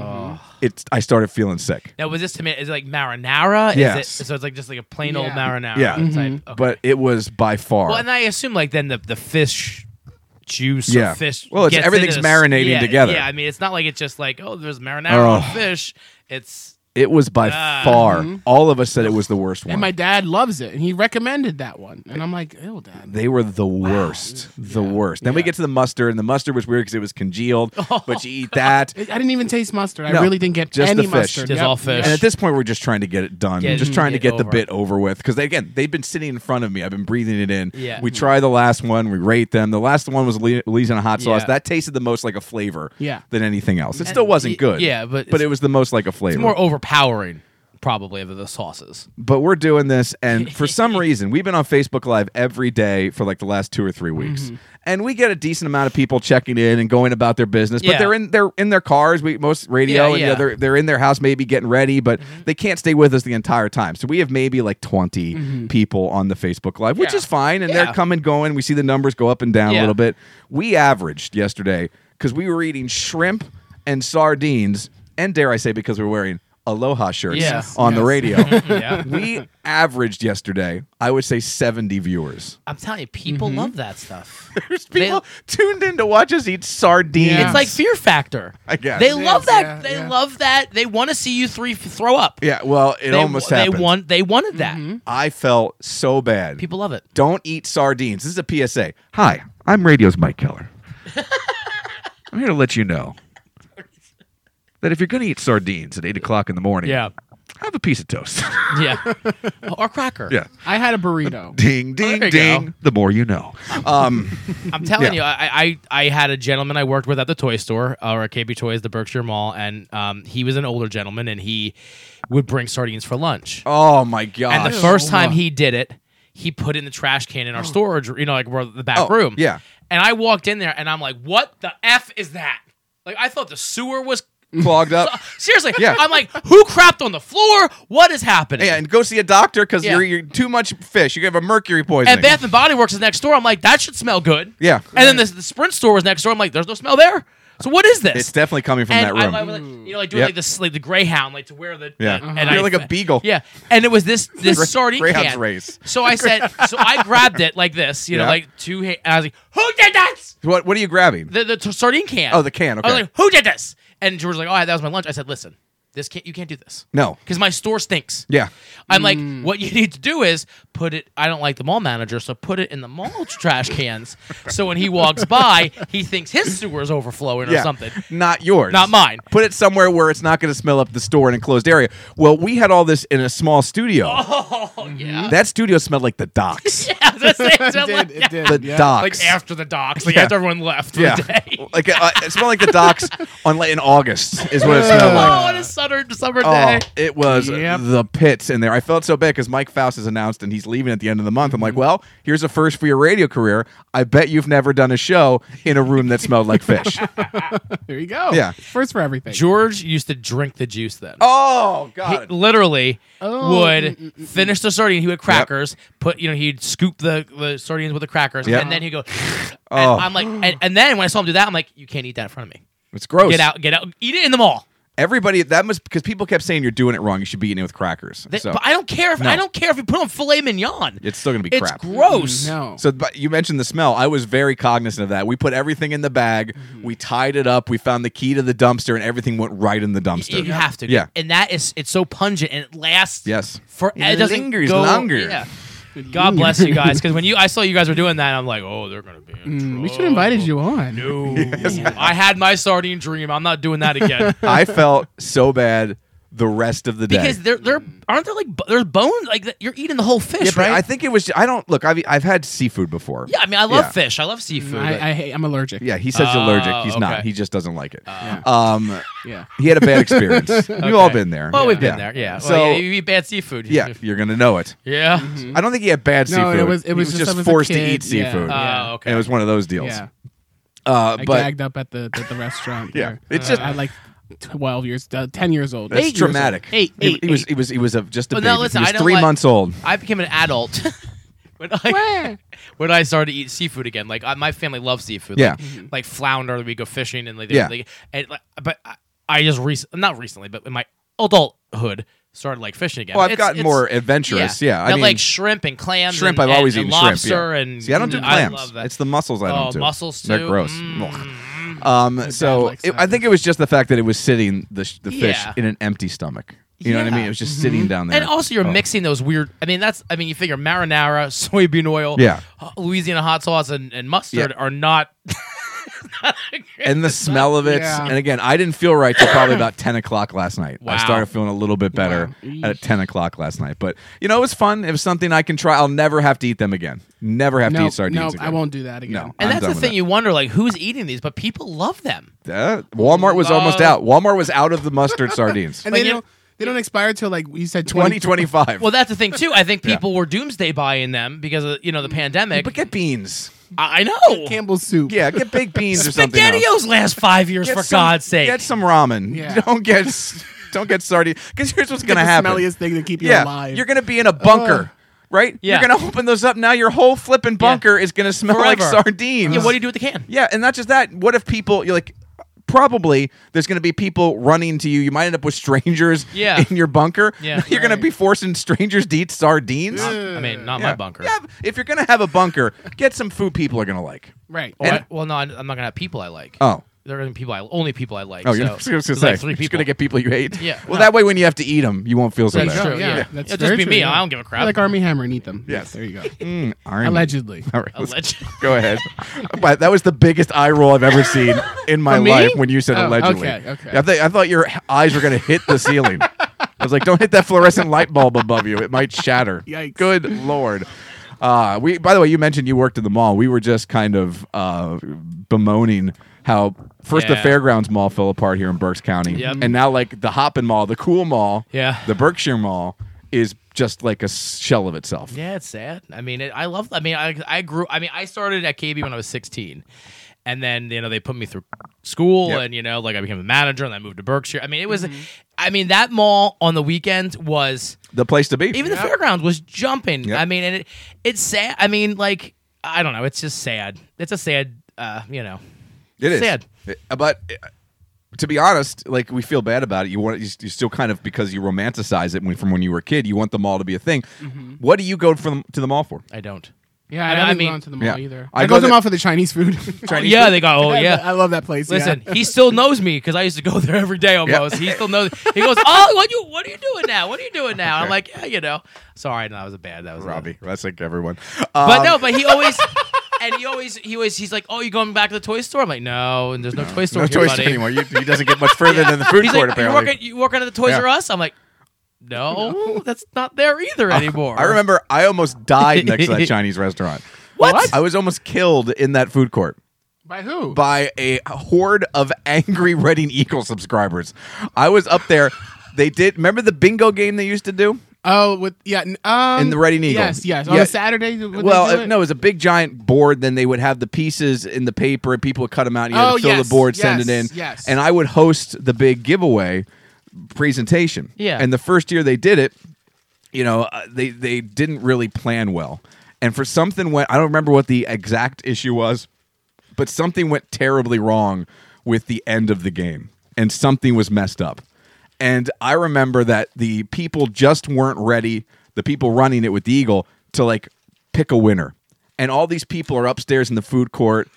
It's. I started feeling sick,
Now was this tomato? Is it like marinara? Is
Yes.
It, so it's like just like a plain old
Yeah.
marinara.
Yeah.
Type. Okay.
but it was by far.
well, and I assume like then the the fish juice
Yeah.
or fish.
Well, it's-
gets
everything's
into the-
marinating
yeah,
together.
Yeah, I mean it's not like it's just like oh there's marinara
Oh.
on fish. It's
it was by
Ah.
far. All of us said it was the worst one.
Uh, mm-hmm. And my dad loves it, and he recommended that one. And I'm like, ew, dad.
They were the worst. The worst. Then we get to the mustard, and the mustard was weird because it was congealed.
Oh.
but you eat that.
I didn't even taste mustard. I
No,
really didn't get
just the
any
fish.
mustard.
Just all fish.
And at this point, we're just trying to get it done.
Get-
just trying to
get
get the
over.
bit over with. Because they, again, they've been sitting in front of me. I've been breathing it in.
Yeah.
We try the last one. We rate them. The last one was Le- Elysian hot sauce.
Yeah.
That tasted the most like a flavor.
Yeah.
Than anything else. It still wasn't
y-
good.
yeah, but
but
it's-
it was the most like a flavor.
it's more overpowering probably of the sauces.
but we're doing this, and for some reason, we've been on Facebook Live every day for like the last two or three weeks,
Mm-hmm.
and we get a decent amount of people checking in and going about their business. But
Yeah.
they're in they're in their cars. We most radio,
Yeah,
and
yeah. Mm-hmm.
the other they're in their house maybe getting ready, but they can't stay with us the entire time. So we have maybe like 20 people on the Facebook Live, which
Mm-hmm. Yeah.
is fine, and
Yeah.
they're coming going. We see the numbers go up and down a
Yeah.
little bit. We averaged yesterday because we were eating shrimp and sardines, and dare I say, because we we're wearing aloha shirts
Yes,
on the
yes.
radio.
yeah,
we averaged yesterday, I would say 70 viewers.
I'm telling you, people
Mm-hmm.
love that stuff.
There's
They-
people tuned in to watch us eat sardines.
Yeah.
It's like Fear Factor.
I guess.
they
It
love
is,
that.
yeah,
they
yeah.
love that. They want to see you three f- throw up.
Yeah, well, it
they,
almost
they
happened.
want. They wanted that.
I felt so bad.
People love it.
don't eat sardines. This is a PSA.
Hi, I'm Radio's Mike Keller. I'm here to let you know that if you're going to eat sardines at 8 o'clock in the morning, have a piece of toast.
yeah, or cracker.
Yeah.
I had a burrito.
ding, ding,
Oh, there you
ding.
go.
The more you know.
I'm
Yeah.
telling you, I, I I had a gentleman I worked with at the toy store uh, or at KB Toys, the Berkshire Mall, and um, he was an older gentleman, and he would bring sardines for lunch.
Oh my god.
and the first
Oh,
time he did it, he put it in the trash can in our storage, you know, like where the back
Oh,
room.
yeah.
And I walked in there, and I'm like, "What the f is that?" Like I thought the sewer was
clogged up.
Seriously,
Yeah.
I'm like, who crapped on the floor? What is happening?
Yeah, and go see a doctor because
Yeah.
you're, you're too much fish. You have a mercury poisoning.
and Bath and Body Works is next door. I'm like, that should smell good.
Yeah.
And then the, the Sprint store was next door. I'm like, there's no smell there. So what is this?
it's definitely coming from
and
that
I-
room.
I was like, you know, like doing
Yep.
like this, like the greyhound, like to wear the
Yeah.
And,
Uh-huh. You're like a beagle.
Yeah, and it was this this
Gre-
sardine
Greyhound's
can.
race.
So I said, so I grabbed it like this, you know,
Yeah.
like two. Ha- I was like, who did this?
what What are you grabbing?
The, the t- sardine can.
Oh, the can,
I was
okay.
like, who did this? And George was like, oh, that was my lunch. I said, listen, this can't you can't do this.
no.
Because my store stinks.
Yeah. Mm.
I'm like, what you need to do is put it. I don't like the mall manager, so put it in the mall trash cans. So when he walks by, he thinks his sewer is overflowing or
yeah.
something.
Not yours.
Not mine.
Put it somewhere where it's not going to smell up the store in an enclosed area. Well, we had all this in a small studio.
Oh yeah,
That studio smelled like the docks.
yeah that's it. It's
It
like-
did. It did.
The
yeah.
docks.
like after the docs, like
Yeah.
after everyone left for
yeah.
the day.
like uh, it smelled like the docks on like in August is what it smelled like.
oh, on a summer, summer
Oh,
day.
it was
Yep.
the pits in there. I felt so bad because Mike Faust has announced and he's leaving at the end of the month. I'm like,
Mm-hmm.
well, here's a first for your radio career. I bet you've never done a show in a room that smelled like fish.
There you go.
Yeah.
First for everything.
George used to drink the juice then.
oh
He
God.
literally
Oh,
would
mm, mm,
finish the sardine. He would crackers, put you know, he'd scoop the, the sardines with the crackers,
Yep.
and then he'd go.
Oh.
And I'm like, and, and then when I saw him do that, I'm like, you can't eat that in front of me.
it's gross.
Get out, get out, eat it in the mall.
Everybody that must because people kept saying you're doing it wrong. You should be eating it with crackers.
They-
so
but I don't care if
No.
I don't care if you put on filet mignon.
it's still gonna be
It's
crap.
gross.
No.
So, but you mentioned the smell. I was very cognizant of that. We put everything in the bag.
Mm-hmm.
We tied it up. We found the key to the dumpster, and everything went right in the dumpster.
You have to.
Yeah.
And that is it's so pungent and it lasts.
Yes.
For
It
it, doesn't
lingers
go-
longer.
Yeah. God bless you guys, because when you I saw you guys were doing that, I'm like, oh, they're gonna be. In
we should have invited you on.
trouble. I had my sardine dream. I'm not doing that again.
I felt so bad the rest of the day.
because they're they're aren't there like bo- there's bones like you're eating the whole fish,
yeah, but
right?
I think it was. I don't look. I've I've had seafood before.
yeah, I mean, I love
Yeah.
fish. I love seafood.
Mm, I, I hate, I'm allergic.
Yeah, he says he's allergic. He's not.
okay.
He just doesn't like it.
Yeah.
Um,
Yeah.
he had a bad experience. We've all been there.
well, we've been
Yeah.
there. Yeah.
So
well, yeah, you eat bad seafood.
yeah, you're gonna know it.
Yeah.
I don't think he had bad
No,
seafood.
it was- it
He
was just I was a
forced to
kid.
eat
Yeah.
seafood.
Uh,
Oh, okay.
And it was one of those deals.
Yeah.
Uh,
I
but
gagged up at the at the restaurant.
Yeah,
there.
it's just-
I like twelve years, uh, ten years old.
that's
Eight years
traumatic.
Eight,
He-
eight,
he was he was he was a, just a
Well,
baby.
now listen,
he was
I don't
three
like-
months old.
I became an adult when I when I started to eat seafood again. Like I, my family loves seafood.
Yeah.
like, like flounder. We go fishing and like, they-
Yeah.
like- and, like but I, I just recent not recently, but in my adulthood started like fishing again.
Oh, I've
It's-
gotten
it's-
more adventurous. Yeah, I
Now,
mean
like shrimp and clams.
shrimp.
and-
I've always
and,
eaten
and lobster
shrimp. yeah.
and
See, I don't do
I
clams.
love that.
It's the mussels I don't
Oh,
do.
mussels
They're
too.
gross.
Mm.
Ugh. Um, so
likes
it,
that.
I think it was just the fact that it was sitting the sh- the fish
Yeah.
in an empty stomach. You know what I mean? It was just
Mm-hmm.
sitting down there.
And also, you're
Oh.
mixing those weird. I mean, that's. I mean, you figure marinara, soybean oil,
Yeah.
h- Louisiana hot sauce, and, and mustard are not.
and the smell of it.
Yeah.
And again, I didn't feel right till probably about ten o'clock last night. I
Wow.
started feeling a little bit better at ten o'clock last night. But you know, it was fun. It was something I can try. I'll never have to eat them again. Never have
old.
to
No,
eat sardines
no,
again.
I won't do that again.
No.
And
I'm done
that's the
with
thing.
that.
You wonder, like, who's eating these? But people love them.
Uh, Walmart was almost
Love-
out. Walmart was out of the mustard sardines.
And
Like,
they
you-
don't they don't expire till like you said
Twenty
20,
twenty five.
Well, that's the thing too. I think people were doomsday buying them because of you know the pandemic.
Mm, but get beans.
I, I know.
Campbell's soup.
Yeah, get baked beans or something. else.
SpaghettiOs last five years
Get
for
some-
God's sake.
Get some ramen.
Yeah.
Don't get s- don't get sardine. Because here's what's
Get
gonna
the
happen.
Smelliest thing to keep you
yeah,
alive.
you're gonna be in a bunker, right?
Yeah.
You're gonna open those up. Now your whole flipping bunker is gonna smell like
Forever.
sardines.
yeah, what do you do with the can?
Yeah, and not just that. What if people you're like probably there's going to be people running to you. You might end up with strangers
Yeah.
in your bunker.
Yeah.
you're going to be forcing strangers to eat sardines.
I mean, not
Yeah.
my bunker.
Yeah, if you're going to have a bunker, get some food people are going to like.
right.
Well,
And-
I- well, no, I'm I'm not gonna have people I like.
Oh.
there are gonna be people I only people I like.
Oh,
so
you're just going to
there's
say
like three
you're just
people.
going to get people you hate.
Yeah.
Well, that way when you have to eat them, you won't feel so
That's
bad.
true. Yeah.
that's
It'll just
very
be
true,
me.
yeah.
I don't give a crap.
I like Army Hammer and eat them.
Yes.
there you go.
Mm, Army.
Allegedly.
All right, let's
Alleged-
go ahead. but that was the biggest eye roll I've ever seen in my
From me?
life when you said
Oh,
allegedly.
okay, okay.
I, th- I thought your eyes were going to hit the ceiling. I was like, don't hit that fluorescent light bulb above you. It might shatter.
Yikes.
Good Lord. Uh, we. By the way, you mentioned you worked in the mall. We were just kind of uh, bemoaning how first
Yeah.
the Fairgrounds Mall fell apart here in Berks County,
Yep.
and now like the Hoppin Mall, the Cool Mall,
Yeah.
the Berkshire Mall is just like a s- shell of itself.
Yeah, it's sad. I mean, it, I love. I mean, I, I grew. I mean, I started at KB when I was 16, and then you know they put me through school,
Yep. Mm-hmm.
and you know like I became a manager, and I moved to Berkshire. I mean, it was. I mean, that mall on the weekends was
The place to be.
even the fairgrounds was jumping.
Yep.
I mean, and it it's sad. I mean, like I don't know. It's just sad. It's a sad. Uh, you know.
It is
Sad.
It- but uh, to be honest, like we feel bad about it. You want you, you still kind of because you romanticize it when, from when you were a kid. You want the mall to be a thing.
Mm-hmm.
What do you go from to the mall for?
I don't.
Yeah,
I
I haven't
mean-
gone to the mall
Yeah.
either.
I
I,
go
go to the
there-
mall for the Chinese food.
Chinese
yeah, they go. Oh yeah.
I love that place. yeah.
Listen, he still knows me because I used to go there every day almost. He still knows. He goes, "Oh, what you what are you doing now? What are you doing now?" And I'm like, "Yeah, you know." Sorry, no, that was a bad. That was a-
Robbie. That's like everyone.
But
Um,
no, but he always and he always he always he's like, "Oh, you going back to the toy store?" I'm like, "No, and there's no, toy store
no
here,
choice
buddy."
anymore. You, he doesn't get much further than the food
He's
court.
like, "You
apparently,
working you working at the Toys
Yeah.
R Us?" I'm like, "No, that's not there either anymore."
I remember I almost died next to that Chinese restaurant.
What?
I was almost killed in that food court.
by who?
by a horde of angry Reading Eagle subscribers. I was up there. They did. Remember the bingo game they used to do?
oh, with yeah. n- Um,
In the Reading Eagle.
Yes, yes. On
Yeah.
a Saturday. would they
well,
do
uh,
it?
no, it was a big giant board. Then they would have the pieces in the paper, and people would cut them out. And you had
Oh,
to fill
yes,
the board, send it in.
yes, yes.
And I would host the big giveaway presentation.
Yeah.
And the first year they did it, you know, uh, they they didn't really plan well, and for something went. I don't remember what the exact issue was, but something went terribly wrong with the end of the game, and something was messed up. And I remember that the people just weren't ready. The people running it with the Eagle to like pick a winner, and all these people are upstairs in the food court.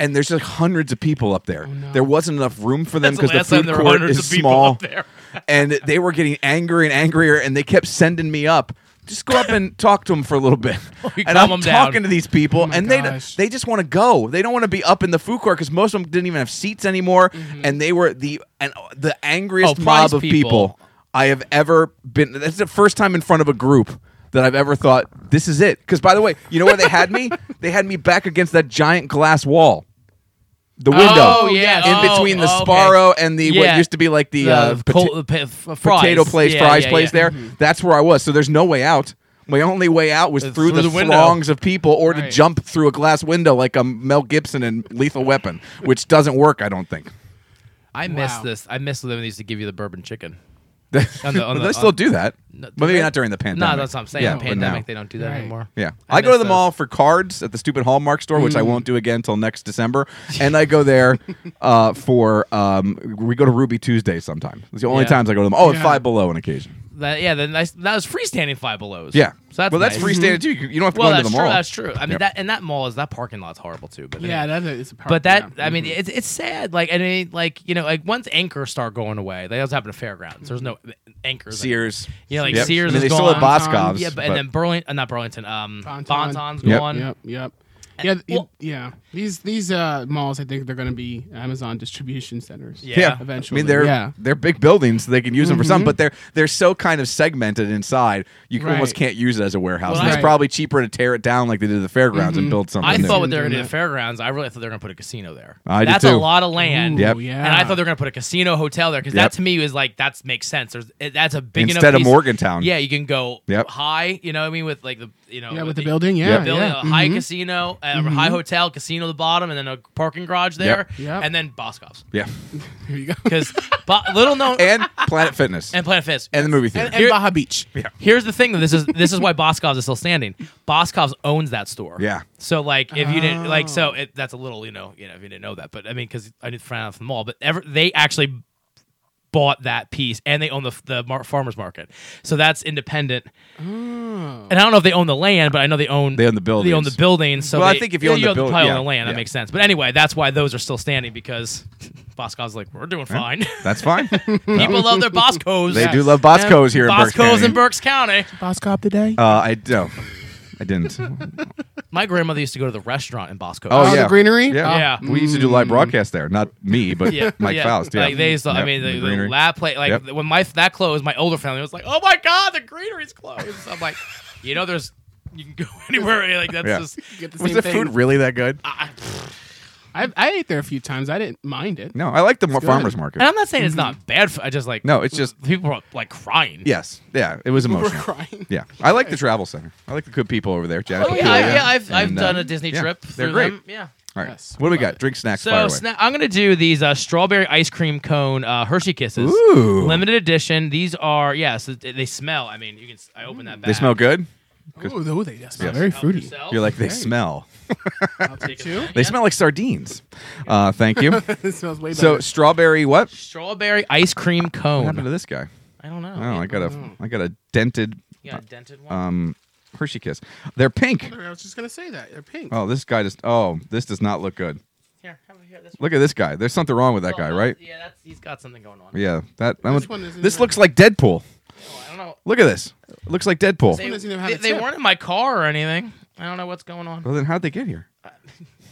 And there's like hundreds of people up there. There wasn't enough room for them
Oh, That's the
because the
last time
food
there were
court
hundreds
is
of people
small
up there.
and they were getting angrier and angrier and they kept sending me up just go up and talk to them for a little bit.
You
and
calm
I'm
'em down.
talking to these
Oh
people, and they
gosh.
they just want to go. They don't want to be up in the food court because most of them didn't even have seats anymore,
Mm-hmm.
and they were the and the angriest
Oh, prize
mob of
people.
people. I have ever been. That's the first time in front of a group that I've ever thought this is it. Because by the way, you know where they had me? They had me back against that giant glass wall. The window,
Oh, yeah.
in
Oh,
between the
okay.
Sparrow and the
Yeah.
what used to be like the, uh, pota-
col- the pa- f- fries.
potato place,
Yeah,
fries
yeah,
place
yeah. Mm-hmm.
there. That's where I was. So there's no way out. My only way out was through,
through
the,
the window.
throngs of people or to
Right.
jump through a glass window like I'm Mel Gibson in Lethal Weapon, which doesn't work, I don't think.
I miss
Wow.
this. I miss when they used to give you the bourbon chicken.
They
On the- on the-
still
on-
do that. but maybe not during the pandemic.
No, that's what I'm saying.
Yeah,
the
but
pandemic,
now.
they don't do that
Right.
anymore.
Yeah.
I
I, go to
miss
the
those. Mm.
mall for cards at the stupid Hallmark store, which I won't do again until next December. And I go there uh, for, um, we go to Ruby Tuesday sometime. It's the only
Yeah.
times I go to them. Oh, and
Yeah.
Five Below on occasion.
That, yeah, then nice, that was freestanding Five Belows.
Yeah.
So that's
well, that's
nice. Mm-hmm.
freestanding too. You can- You don't have to
Well,
go
that's
into the
true.
mall.
That's true. I mean,
Yeah.
that and that mall is that parking lot's horrible too. But
Yeah, that is. Part,
But that,
yeah. Mm-hmm.
I mean, it's it's sad. Like, I mean, like you know, like once anchors start going away, they also happen to fairgrounds. There's no anchors.
Sears.
You know, like
Yep.
Sears
I mean,
is
they still
gone.
have Boscovs.
yeah, but, and then Burlington, uh, not Burlington. Um,
Bon-Ton.
Bonton's
Yep.
gone.
Yep, yep. Yeah, th-
well-
yeah. These these uh, malls, I think they're going to be Amazon distribution centers.
Yeah. Yeah.
eventually.
I mean, they're
yeah.
they're big buildings. They can use them for something, but they're they're so kind of segmented inside. You can- almost
Right.
can't use it as a warehouse.
Well,
and it's
I-
probably cheaper to tear it down like they did at the fairgrounds and build something.
I
new.
thought what they were going
Doing
to do at
that.
fairgrounds, I really thought they were going to put a casino there.
I did
that's a
too.
lot of land.
Yep.
yeah.
And I thought they were going to put a casino hotel there because that
Yep.
to me was like that's makes sense. There's it- that's a big enough
Instead of
piece-
Morgantown.
Yeah, you can go
Yep.
high. You know what I mean with like the you know
yeah, with the building. Yeah, Mm,
building
yeah. Mm-hmm.
a high casino, a high hotel, casino at the bottom, and then a parking garage there,
Yep.
and then Boscov's
yeah,
uh,
Here you go.
because bo- little known and,
and Planet Fitness and,
Planet Fitness.
the movie theater.
And, and Baja Beach. Yeah.
Here's the thing though. This is this is why Boscov's is still standing. Boscov's owns that store.
Yeah.
So like if you didn't like so it, that's a little you know you know if you didn't know that but I mean because I didn't find out from the mall but ever they actually bought that piece and they own the the mar- farmers market so that's independent. And I don't know if they own the land, but I know they own
They own the
They own the
buildings.
building. So
Well, I
they-
think if you
yeah,
own the buil-
probably
yeah,
own the land, that
yeah.
makes sense. But anyway, that's why those are still standing because Boscov's like we're doing fine.
that's fine.
People love their Boscos.
They do love Boscos here in Berks
Boscos
County.
in Berks County.
Boss Cop today.
uh, I no, I didn't.
My grandmother used to go to the restaurant in Boscos.
Oh,
the
yeah,
greenery?
Yeah.
Yeah.
we used to do live broadcast there. Not me, but Mike Faust. Yeah,
Like they used to, I
Yep,
mean, the, the,
greenery.
lab play, like
Yep.
when my that closed, my older family was like, "Oh my god, the greenery's closed." I'm like, you know, there's you can go anywhere. Like that's
Yeah.
just
Get the
was
same
the
thing.
food really that good?
I, I ate there a few times. I didn't mind it.
No, I like the farmers
And
market.
I'm not saying it's not bad. For, I just like
Mm-hmm. No, it's just-
people are like crying.
Yes, yeah, it was
We're
emotional.
crying.
Yeah, I like the travel center. I like the good people over there. Janet
Oh yeah,
Papilia.
I, yeah. I've I've
And, uh,
done a Disney
yeah,
trip.
They're
through
great.
Them. Yeah.
All right,
Yes,
what do we
love
got?
it.
Drink snacks. fire
So
away.
sna- I'm gonna do these uh, strawberry ice cream cone uh, Hershey Kisses,
Ooh.
limited edition. These are yeah, so th- they smell. I mean, you can. s- I open that. Bag.
They smell good.
Ooh, though, they just smell
Yes.
very
Help
fruity.
yourself.
You're like they
great.
smell.
Take a-
Two?
They smell like sardines. Uh, thank you.
This smells way
so
better.
strawberry. What?
Strawberry ice cream
What happened to
cone.
this guy?
I don't know.
I don't know. I got a I got a dented
You got a dented one.
um Hershey kiss. They're pink.
I was just gonna say that they're pink.
Oh, this guy just. Oh, this does not look good.
here, have it here. This
Look at this guy. There's something wrong with that guy,
one-
right?
Yeah, that's he's got something going on.
Yeah. That. I would,
one isn't
this
even-
looks like Deadpool.
Oh, I don't know.
Look at this. It looks like
They,
Deadpool.
doesn't even have
they-
a
they
tip.
weren't in my car or anything. I don't know what's going on.
Well, then how'd they get here?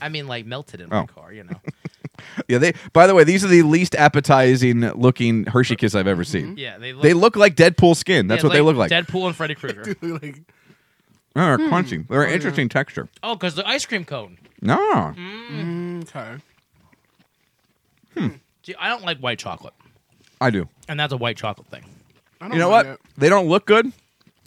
I mean, like melted in my
Oh.
car. You know.
Yeah. They. By the way, these are the least appetizing looking Hershey kiss I've ever seen.
Mm-hmm. Yeah, they look.
They look like Deadpool skin. That's
yeah,
what they look like.
Deadpool and Freddy Krueger.
like,
Oh,
Hmm.
they're crunchy. They're an interesting texture.
oh, because the ice cream cone.
No.
Mm-hmm.
okay.
Gee, I don't like white chocolate,
I do.
and that's a white chocolate thing.
I don't
You know what?
mind it.
They don't look good.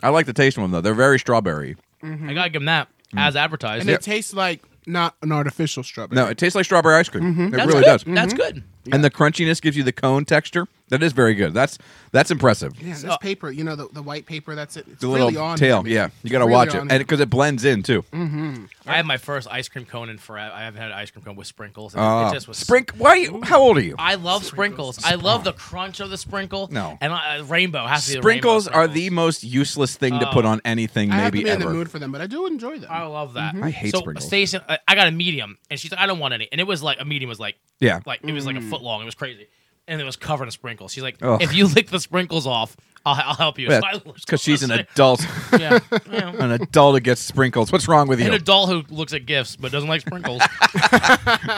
I like the taste of them though. They're very strawberry.
Mm-hmm.
I gotta give them that
Mm-hmm.
as advertised.
And it tastes like not an artificial strawberry.
No, it tastes like strawberry ice cream.
Mm-hmm.
It
that's
really does.
good. That's good.
Mm.
And the crunchiness gives you the cone texture. That is very good. That's that's impressive.
Yeah, this paper, you know, the, the white paper, that's it. It's
The
really
little
on
tail,
there.
yeah. You
It's
got to
really
watch it,
on Mm.
and
there.
because it blends in too.
I had my first ice cream cone in forever. I haven't had an ice cream cone with sprinkles. And
Uh,
it just was
Sprink, why? you- How old are you?
I love sprinkles. I love the crunch of the sprinkle.
No.
and uh, rainbow has to be the rainbow Oh.
Sprinkles are the most useless thing to put on anything,
I haven't
maybe
been in the
ever.
mood for them, but I do enjoy them.
I love that.
Mm-hmm. I hate
so
sprinkles.
Station, I I got a medium, and she's like, "I don't want any." And it was like a medium was like,
Yeah.
like it was like a foot long. It was crazy, and it was covered in sprinkles. She's like,
Ugh.
"If you lick the sprinkles off, I'll, I'll help you. So I was
because she's an
gonna say-
adult.
Yeah. Yeah.
an adult who gets sprinkles. What's wrong with
An
you?
adult who looks at gifts but doesn't like sprinkles.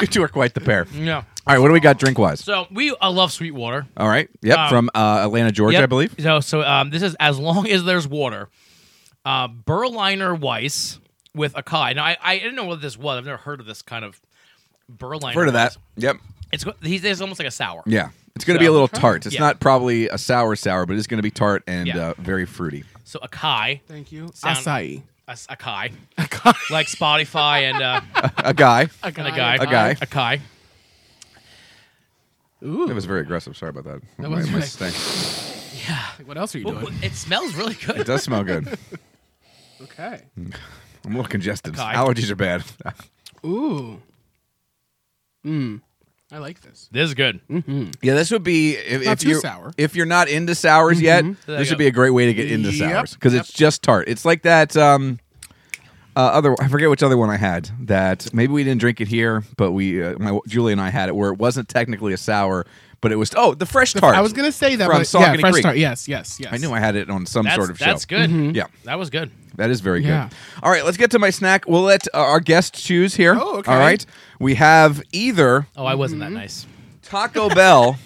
you two are quite the pair.
yeah.
All right, what do we got drink wise?
So we I love Sweetwater.
All right. Yep.
Um,
from uh, Atlanta, Georgia,
Yep.
I believe.
So so um, this is as long as there's water. Uh, Berliner Weiss with Akai. Now I, I didn't know what this was. I've never heard of this kind of Berliner.
Heard of that.
Weiss.
Yep.
It's go- he's, it's almost like a sour.
Yeah. It's going to be a
So-
little tart. It's
Yeah.
not probably a sour sour, but it's going to be tart and
Yeah.
uh, very fruity.
So Akai,
Thank you.
Sound-
Acai.
as- Akai, like Spotify and uh,
A guy.
and a guy,
A guy.
Akai.
It was very aggressive. Sorry about that.
That was
My- my
right.
stink.
Like, what else are you
Ooh,
doing?
It smells really good.
It does smell good.
Okay.
I'm a little congested.
Guy.
Allergies are bad.
Ooh. Mmm. I like this.
This is good.
Mm-hmm. yeah, this would be if,
Not
if
too
you're
sour. Mm-hmm.
if you're not into sours yet.
There
This
you
would
go.
be a great way to get into
Yep.
sours because it's just tart. It's like that. Um, uh, other I forget which other one I had that maybe we didn't drink it here, but we uh, my Julie and I had it where it wasn't technically a sour, but it was oh the fresh tart.
I was gonna say that,
From
but yeah,
Saucony
fresh
Creek.
start. Yes, yes, yes.
I knew I had it on some
That's,
sort of Mm-hmm. show.
that's good.
Yeah.
That was good.
That is very
Yeah.
good. All right, let's get to my snack. We'll let uh, our guests choose here.
Oh, okay.
All right. We have either
Oh, I wasn't
Mm-hmm.
that nice.
Taco Bell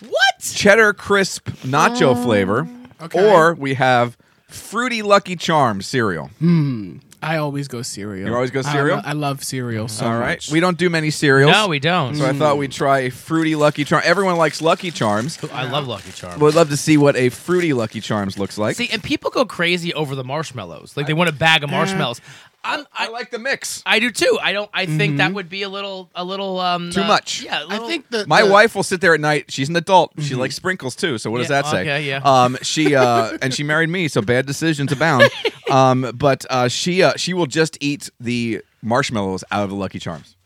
What?
cheddar crisp nacho flavor, or we have Fruity Lucky Charm cereal.
I always go cereal.
You always go
I
cereal?
lo- I, love cereal so
All right.
much.
We don't do many cereals.
No, we don't.
So I thought we'd try Fruity Lucky Charm. Everyone likes Lucky Charms.
I love Lucky Charms.
We'd love to see what a Fruity Lucky Charms looks like.
See, and people go crazy over the marshmallows. Like they want a bag of marshmallows. I'm,
I
I,
like the mix.
I do too. I don't. I think that would be a little, a little
Mm-hmm.
um,
Too
uh,
much.
Yeah, a
I
little,
think that
My
the-
wife will sit there at night. She's an adult. She likes sprinkles too. So what does
Yeah,
that say?
okay, yeah.
Um, she uh, and she married me, so bad decisions abound. um, but uh, she uh, she will just eat the marshmallows out of the Lucky Charms.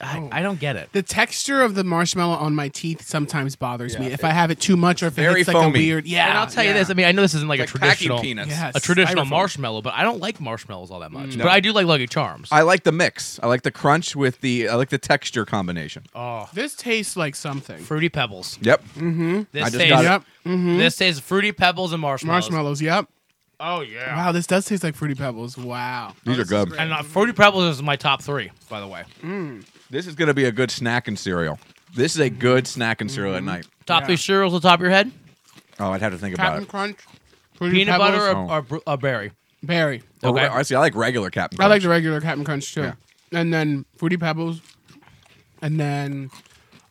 Oh.
I, I don't get it.
The texture of the marshmallow on my teeth sometimes bothers me if I have it too much or if
very
it hits like
foamy.
a weird. Yeah,
and I'll tell you
yeah.
this. I mean, I know this isn't like,
Like
a
packing
traditional
peanuts.
Yes.
a traditional
Styrofoam.
marshmallow, but I don't like marshmallows all that much.
Mm.
But I do like Lucky Charms.
I like the mix. I like the crunch with the I like the texture combination.
Oh. This tastes like something.
fruity Pebbles.
Yep.
Mm-hmm.
This
I just
tastes,
got it. Mm-hmm.
Yep.
This tastes fruity Pebbles and marshmallows.
Marshmallows. Yep.
Oh yeah.
Wow, this does taste like fruity pebbles. Wow.
These are good.
And uh, fruity Pebbles is my top three, by the way.
This is gonna be a good snack and cereal. This is a good snack and
Mm-hmm.
cereal at night.
Top three cereals on the top of your head:
Oh, I'd have to think about
Captain
it.
Crunch, fruity
peanut
pebbles,
butter or,
Oh.
or, br- or berry.
berry.
Or
Okay.
re- Oh, I see. I like regular Captain.
I like the
Crunch.
regular Captain Crunch too, and then fruity pebbles, and then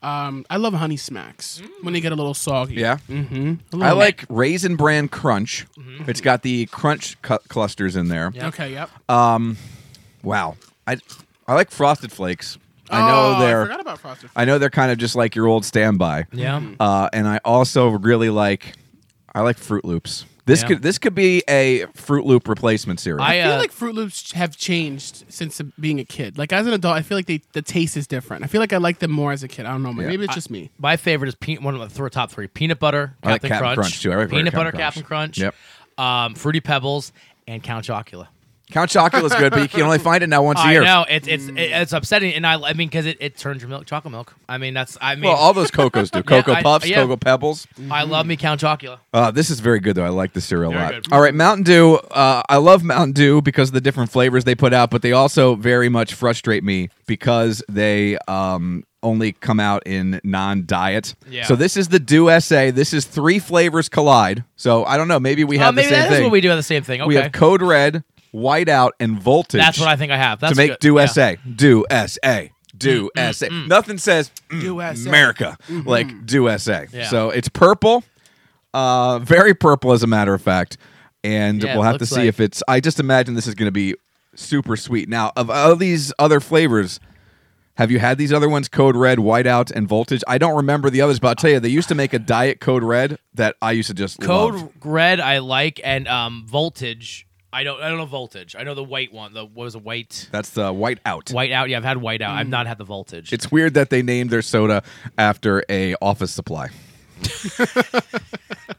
um, I love honey smacks when they get a little soggy.
Yeah.
Mm-hmm. A
I
little-
like Raisin Bran Crunch.
Mm-hmm.
It's got the crunch cu- clusters in there.
Okay. Yep.
Wow. I I like Frosted Flakes. I know
oh, I
they're
forgot about frosted.
I, know they're kind of just like your old standby.
Mm.
Yeah.
Uh, and I also really like I like Fruit Loops. This
Yeah.
could this could be a Fruit Loop replacement cereal.
I,
I feel
uh,
like Fruit Loops have changed since being a kid. Like as an adult, I feel like they, the taste is different. I feel like I like them more as a kid. I don't know. Maybe it's just me.
My favorite is pe- one of the th- top three: peanut butter,
I like
Captain,
Captain
Crunch,
Crunch, too. I like
peanut
Captain
butter,
Crunch.
Captain Crunch,
Yep.
um, fruity pebbles, and Count Chocula.
Count Chocula is good, but you can only find it now once a
I
year.
know it's it's it's upsetting, and I I mean because it, it turns your milk chocolate milk. I mean that's I mean
Well, all those cocos do. Cocoa
I-
Puffs,
yeah.
Cocoa Pebbles.
I love me Count Chocula.
Uh, this is very good though. I like the cereal a
Very
lot.
good.
All right, Mountain Dew. Uh, I love Mountain Dew because of the different flavors they put out, but they also very much frustrate me because they um, only come out in non-diet.
Yeah.
So this is the Dew SA. This is three flavors collide. So I don't know. Maybe we
Oh,
have
maybe
the same
that is
thing.
what we do. have The same thing. Okay,
We have Code Red, Whiteout, and Voltage.
that's what I think I have. That's
to make
good.
Do
Yeah.
SA. Do SA. Do SA. Nothing says mm,
Do SA.
America like Do SA.
Mm-hmm. Yeah.
So it's purple, uh, very purple as a matter of fact. And
Yeah,
we'll
it
have to
looks
see
like-
if it's. I just imagine this is going to be super sweet. Now, of all these other flavors, have you had these other ones? Code Red, Whiteout, and Voltage. I don't remember the others, but I'll tell you, they used to make a diet Code Red that I used to just
Code
love.
Red I like, and um, Voltage I don't I don't know Voltage. I know the white one. The what was a white
That's the Whiteout.
white out. Yeah, I've had white out.
Mm.
I've not had the Voltage.
It's weird that they named their soda after a office supply.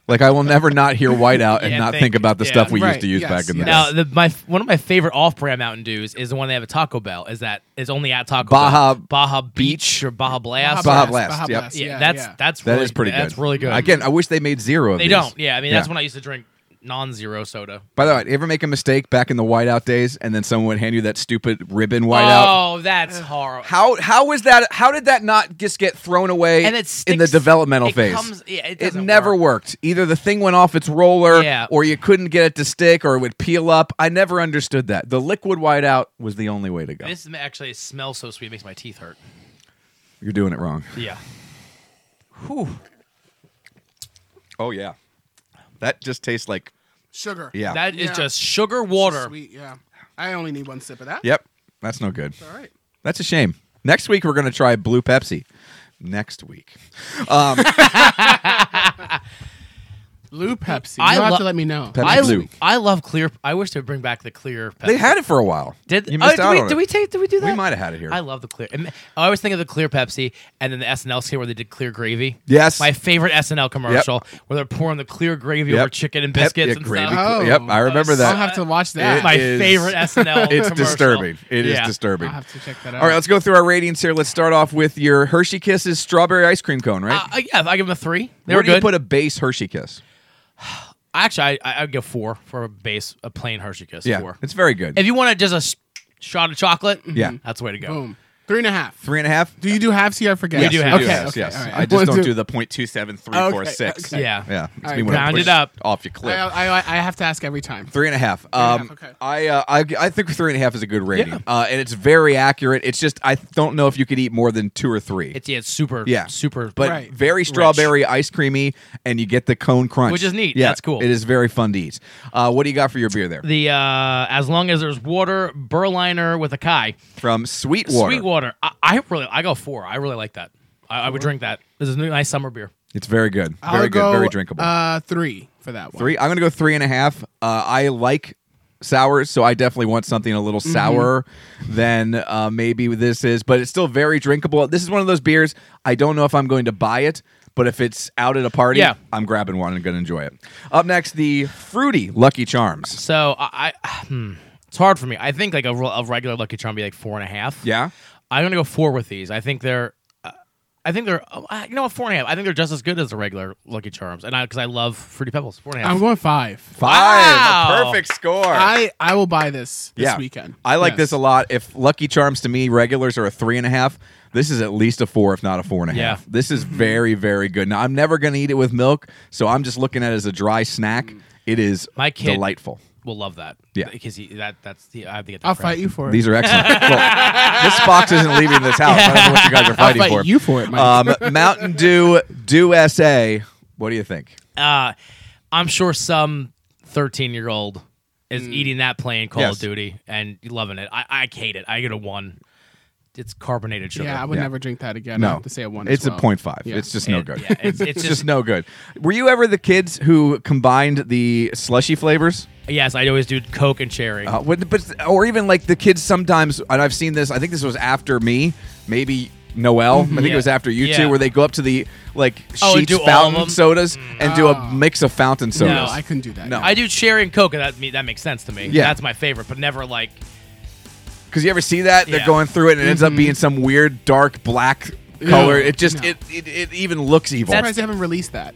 Like I will never not hear whiteout and
Yeah,
not
think-
think, about the
yeah.
stuff we
Right,
used to use
yes,
back in the
yes.
day.
Now, the, my one of my favorite off-brand Mountain Dews is the one they have at Taco Bell. Is that is only at Taco
Baja-
Bell. Baja Beach or Baja Blast?
Baja
Blast,
Blast,
Baja
yep.
Blast,
Yeah,
yeah,
that's
yeah.
that's
That
really,
is pretty good.
That's really good.
Again, I wish they made zero of
they
these.
don't. Yeah, I mean that's
Yeah.
when I used to drink non-zero soda.
By the way, ever make a mistake back in the whiteout days, and then someone would hand you that stupid ribbon whiteout?
Oh, that's horrible.
How how was that? How did that not just get thrown away
And it
in the
sticks-
developmental
it
phase?
comes- yeah, it doesn't
never worked. Either the thing went off its roller,
Yeah.
or you couldn't get it to stick, or it would peel up. I never understood that. The liquid whiteout was the only way to go.
This actually smells so sweet, it makes my teeth hurt.
You're doing it wrong.
Yeah.
Oh yeah, that just tastes like
Sugar.
yeah.
that is
Yeah.
just sugar water.
Sweet, yeah. I only need one sip of that.
yep, that's no good.
All right.
That's a shame. Next week we're gonna try blue Pepsi. Next week. Um,
Blue Pepsi.
I
You'll have
lo-
to let me know.
Pepsi
I,
blue.
I love clear. I wish they would bring back the clear. Pepsi.
They had it for a while.
Did,
you
oh,
missed
did
out
we,
on
did
it.
we take? Did we do that?
We might have had it here.
I love the clear. I always think of the clear Pepsi and then the SNL skit where they did clear gravy.
Yes.
my favorite SNL commercial where they're pouring the clear gravy
Yep.
over chicken and
Pep-
biscuits
yeah,
and
gravy
stuff. Oh,
cl- Yep, I remember
I'll
that.
have to watch that.
It
my
is-
favorite SNL.
it's
commercial.
disturbing. It is
Yeah.
disturbing.
I'll have to check that out.
All right, let's go through our ratings here. Let's start off with your Hershey Kisses strawberry ice cream cone, right?
Uh, I, yeah, I give them a three. They
Where
were
do you
good.
put a base Hershey Kiss?
Actually, I, I, I'd go four for a base, a plain Hershey kiss.
Yeah,
Four.
it's very good.
If you want to just a s- shot of chocolate,
Yeah.
that's the way to go.
Boom. Three and a half.
Three and a half.
Do you do halves here? I forget.
We do halves,
Okay.
yes,
okay,
yes.
all right.
I just
One,
don't
two-
do the point two seven three
Okay,
four six.
okay.
Yeah.
Yeah, makes
All
me
right,
wanna
round it
push
up.
off your cliff.
I, I, I have to ask every time.
Three and a half.
and a
Um,
half, okay.
I, uh, I I think three and a half is a good rating, uh, and it's very accurate. It's just I don't know if you could eat more than two or three.
It's yeah, it's super.
Yeah.
super.
but
Right.
very strawberry ice creamy, and you get the cone crunch,
Which is neat.
Yeah,
That's cool.
It is very fun to eat. Uh, what do you got for your beer there?
the uh, as long as there's water, Berliner with a Kai.
From Sweetwater.
Sweetwater. I, I really, I go four. I really like that. I, I would drink that. This is a nice summer beer.
It's very good.
I'll
very
go,
good. Very drinkable.
Uh, three for that one.
three. I'm gonna go three and a half. Uh, I like sours, so I definitely want something a
Mm-hmm.
little sourer than uh, maybe this is, but it's still very drinkable. This is one of those beers. I don't know if I'm going to buy it. But if it's out at a party,
Yeah.
I'm grabbing one and gonna enjoy it. Up next, the fruity Lucky Charms.
So I, I hmm, it's hard for me. I think like a, re- a regular Lucky Charm would be like four and a half.
Yeah,
I'm gonna go four with these. I think they're, uh, I think they're, oh, I- you know, what, four and a half. I think they're just as good as the regular Lucky Charms, and I because I love fruity pebbles. Four and a half.
I'm going five.
five. A
Wow.
perfect score.
I, I will buy this this
yeah.
weekend.
I like
Yes.
this a lot. If Lucky Charms to me regulars are a three and a half, this is at least a four, if not a four and a
Yeah.
half. This is very, very good. Now I'm never going to eat it with milk, so I'm just looking at it as a dry snack. It is
My kid-
delightful.
will love that.
Yeah.
because he, that that's the I have to get. That
I'll
for
fight
him.
you for it.
These are excellent. Well, this box isn't leaving this house. I don't know what you guys are
I'll
fighting
fight
for.
you for it, Mike.
um, Mountain Dew Dew SA. What do you think?
Uh, I'm sure some 13 year old is eating that playing Call
Mm. Yes.
of Duty and loving it. I, I hate it. I get a one. It's carbonated sugar.
yeah, I would
Yeah.
never drink that again. I
No,
have to say a one. as
It's
well.
a point five.
Yeah.
It's just no
It-
good.
yeah, it's- it's
just,
just-
no good. Were you ever the kids who combined the slushy flavors?
Yes, I always do Coke and cherry.
Uh, what- but or even like the kids sometimes, and I've seen this. I think this was after me, maybe Noel. I think
Yeah.
it was after you
Yeah.
two, where they go up to the like sheets
Oh, and do all of them?
fountain sodas and do
Oh.
a mix of fountain sodas.
No, I couldn't do that.
No.
I do cherry and Coke, and that me- that makes sense to me.
Yeah.
that's my favorite, but never like
Because you ever see that they're
Yeah.
going through it and it ends up being some weird dark black color. It just
No.
it, it it even looks evil.
I'm surprised they haven't released that.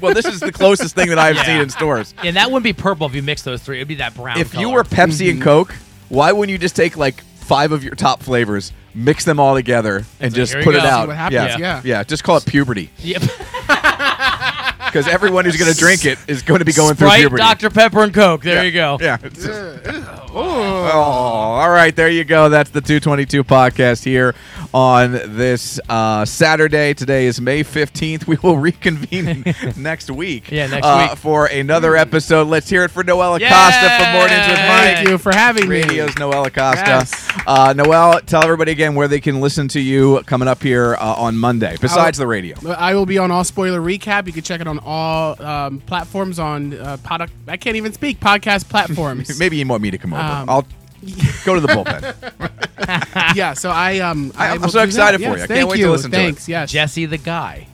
well, this is the closest thing that I've
Yeah.
seen in stores.
and that wouldn't be purple if you mixed those three. It'd be that brown.
if you
color.
were Pepsi
Mm-hmm.
and Coke, why wouldn't you just take like five of your top flavors, mix them all together, and
like,
just
here you
put it
go. See
out?
what happens, yeah.
yeah, Just call it puberty,
Yep.
because everyone who's going to drink it is going to be going
Sprite,
through puberty.
Dr Pepper, and Coke. There you go.
Yeah. it's just- oh, all right. There you go. That's the 222 podcast here on this uh, Saturday. Today is May 15th. We will reconvene next week.
Yeah, next
uh,
week. Mm.
for another episode. Let's hear it for Noel Acosta
Yeah.
for Mornings with Mike.
Thank you for having me.
Radio's Noel Acosta.
Yes.
Uh, Noel, tell everybody again where they can listen to you coming up here uh, on Monday, besides the radio.
But I will be on all spoiler recap. You can check it on all um, platforms on uh, product. I can't even speak podcast platforms.
Maybe you want me to come over.
Um,
I'll go to the bullpen.
yeah. So I um. I
I'm
will
so
do
excited
that.
for
Yes,
you. I can't
thank
wait to
you.
listen to it.
Thanks. Yes.
Jesse the guy.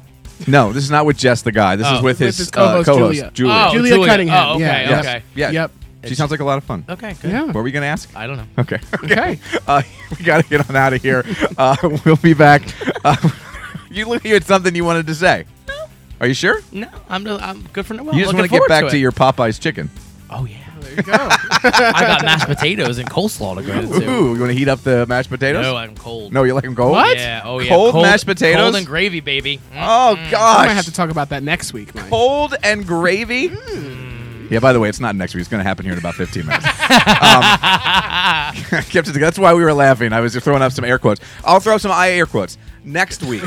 No, this is not with Jess, the guy. This
Oh.
is with his,
his
uh,
co-host,
co-host
Julia.
Julia.
Oh,
Julia
Julia.
Cunningham.
Oh, okay,
Yeah.
okay.
Yeah.
Yep.
She sounds like a lot of fun.
Okay, good.
Yeah.
What were we gonna ask?
I don't know.
Okay. Okay. uh, we gotta get on out of here. Uh, we'll be back. Uh, you look, you had something you wanted to say. No. Are you sure?
No, I'm, no- I'm good for no.
you just
want
want to get back to, your Popeyes chicken.
Oh yeah. There you go. I got mashed potatoes and coleslaw to go to. too.
Ooh, you want to heat up the mashed potatoes?
No, I'm cold.
No, you like them cold?
Yeah. Oh yeah.
Cold, mashed potatoes.
Cold and gravy, baby. Mm.
oh
I
gosh.
might have to Hmm. talk about that next week, Mike.
cold and gravy. Hmm. Yeah, by the way, it's not next week. It's going to happen here in about 15 minutes. um, I kept it together. That's why we were laughing. I was just throwing up some air quotes. I'll throw up some I air quotes next week.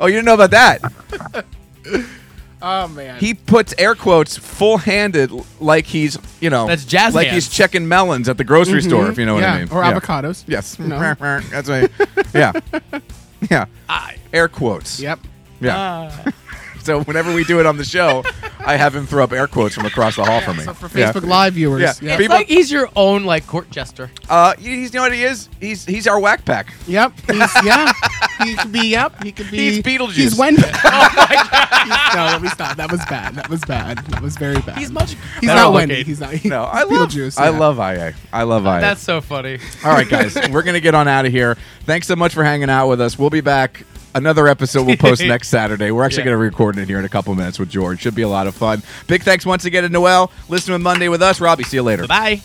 oh, you didn't know about that?
Oh man.
He puts air quotes full handed like he's, you know,
That's jazz
like
hands.
he's checking melons at the grocery store, if you know what I
Mm-hmm. yeah.
mean.
Or
Yeah.
avocados.
Yes.
No.
That's right. Yeah. Yeah. air quotes.
Yep.
Yeah. Ah. So whenever we do it on the show, I have him throw up air quotes from across the hall from me.
So for
Yeah.
Facebook Live viewers.
Yeah.
Yep.
It's
People-
like he's your own like court jester.
Uh, he's you know what he is. He's he's our whack pack.
Yep. He's, yeah. He could be. Yep. He could be.
He's Beetlejuice.
He's Wendy. oh my god. no, let me stop. That was bad. That was bad. That was very bad.
He's much.
He's
better
not
looking.
Wendy. He's not.
No, I love
Beetlejuice.
I
yeah.
love IA. I love IA.
That's so funny.
All right, guys, we're gonna get on out of here. Thanks so much for hanging out with us. We'll be back. Another episode we'll post next Saturday. We're actually
Yeah.
going to record it here in a couple minutes with George. Should be a lot of fun. Big thanks once again to Noel. Listening Monday with us. Robbie, see you later.
Bye.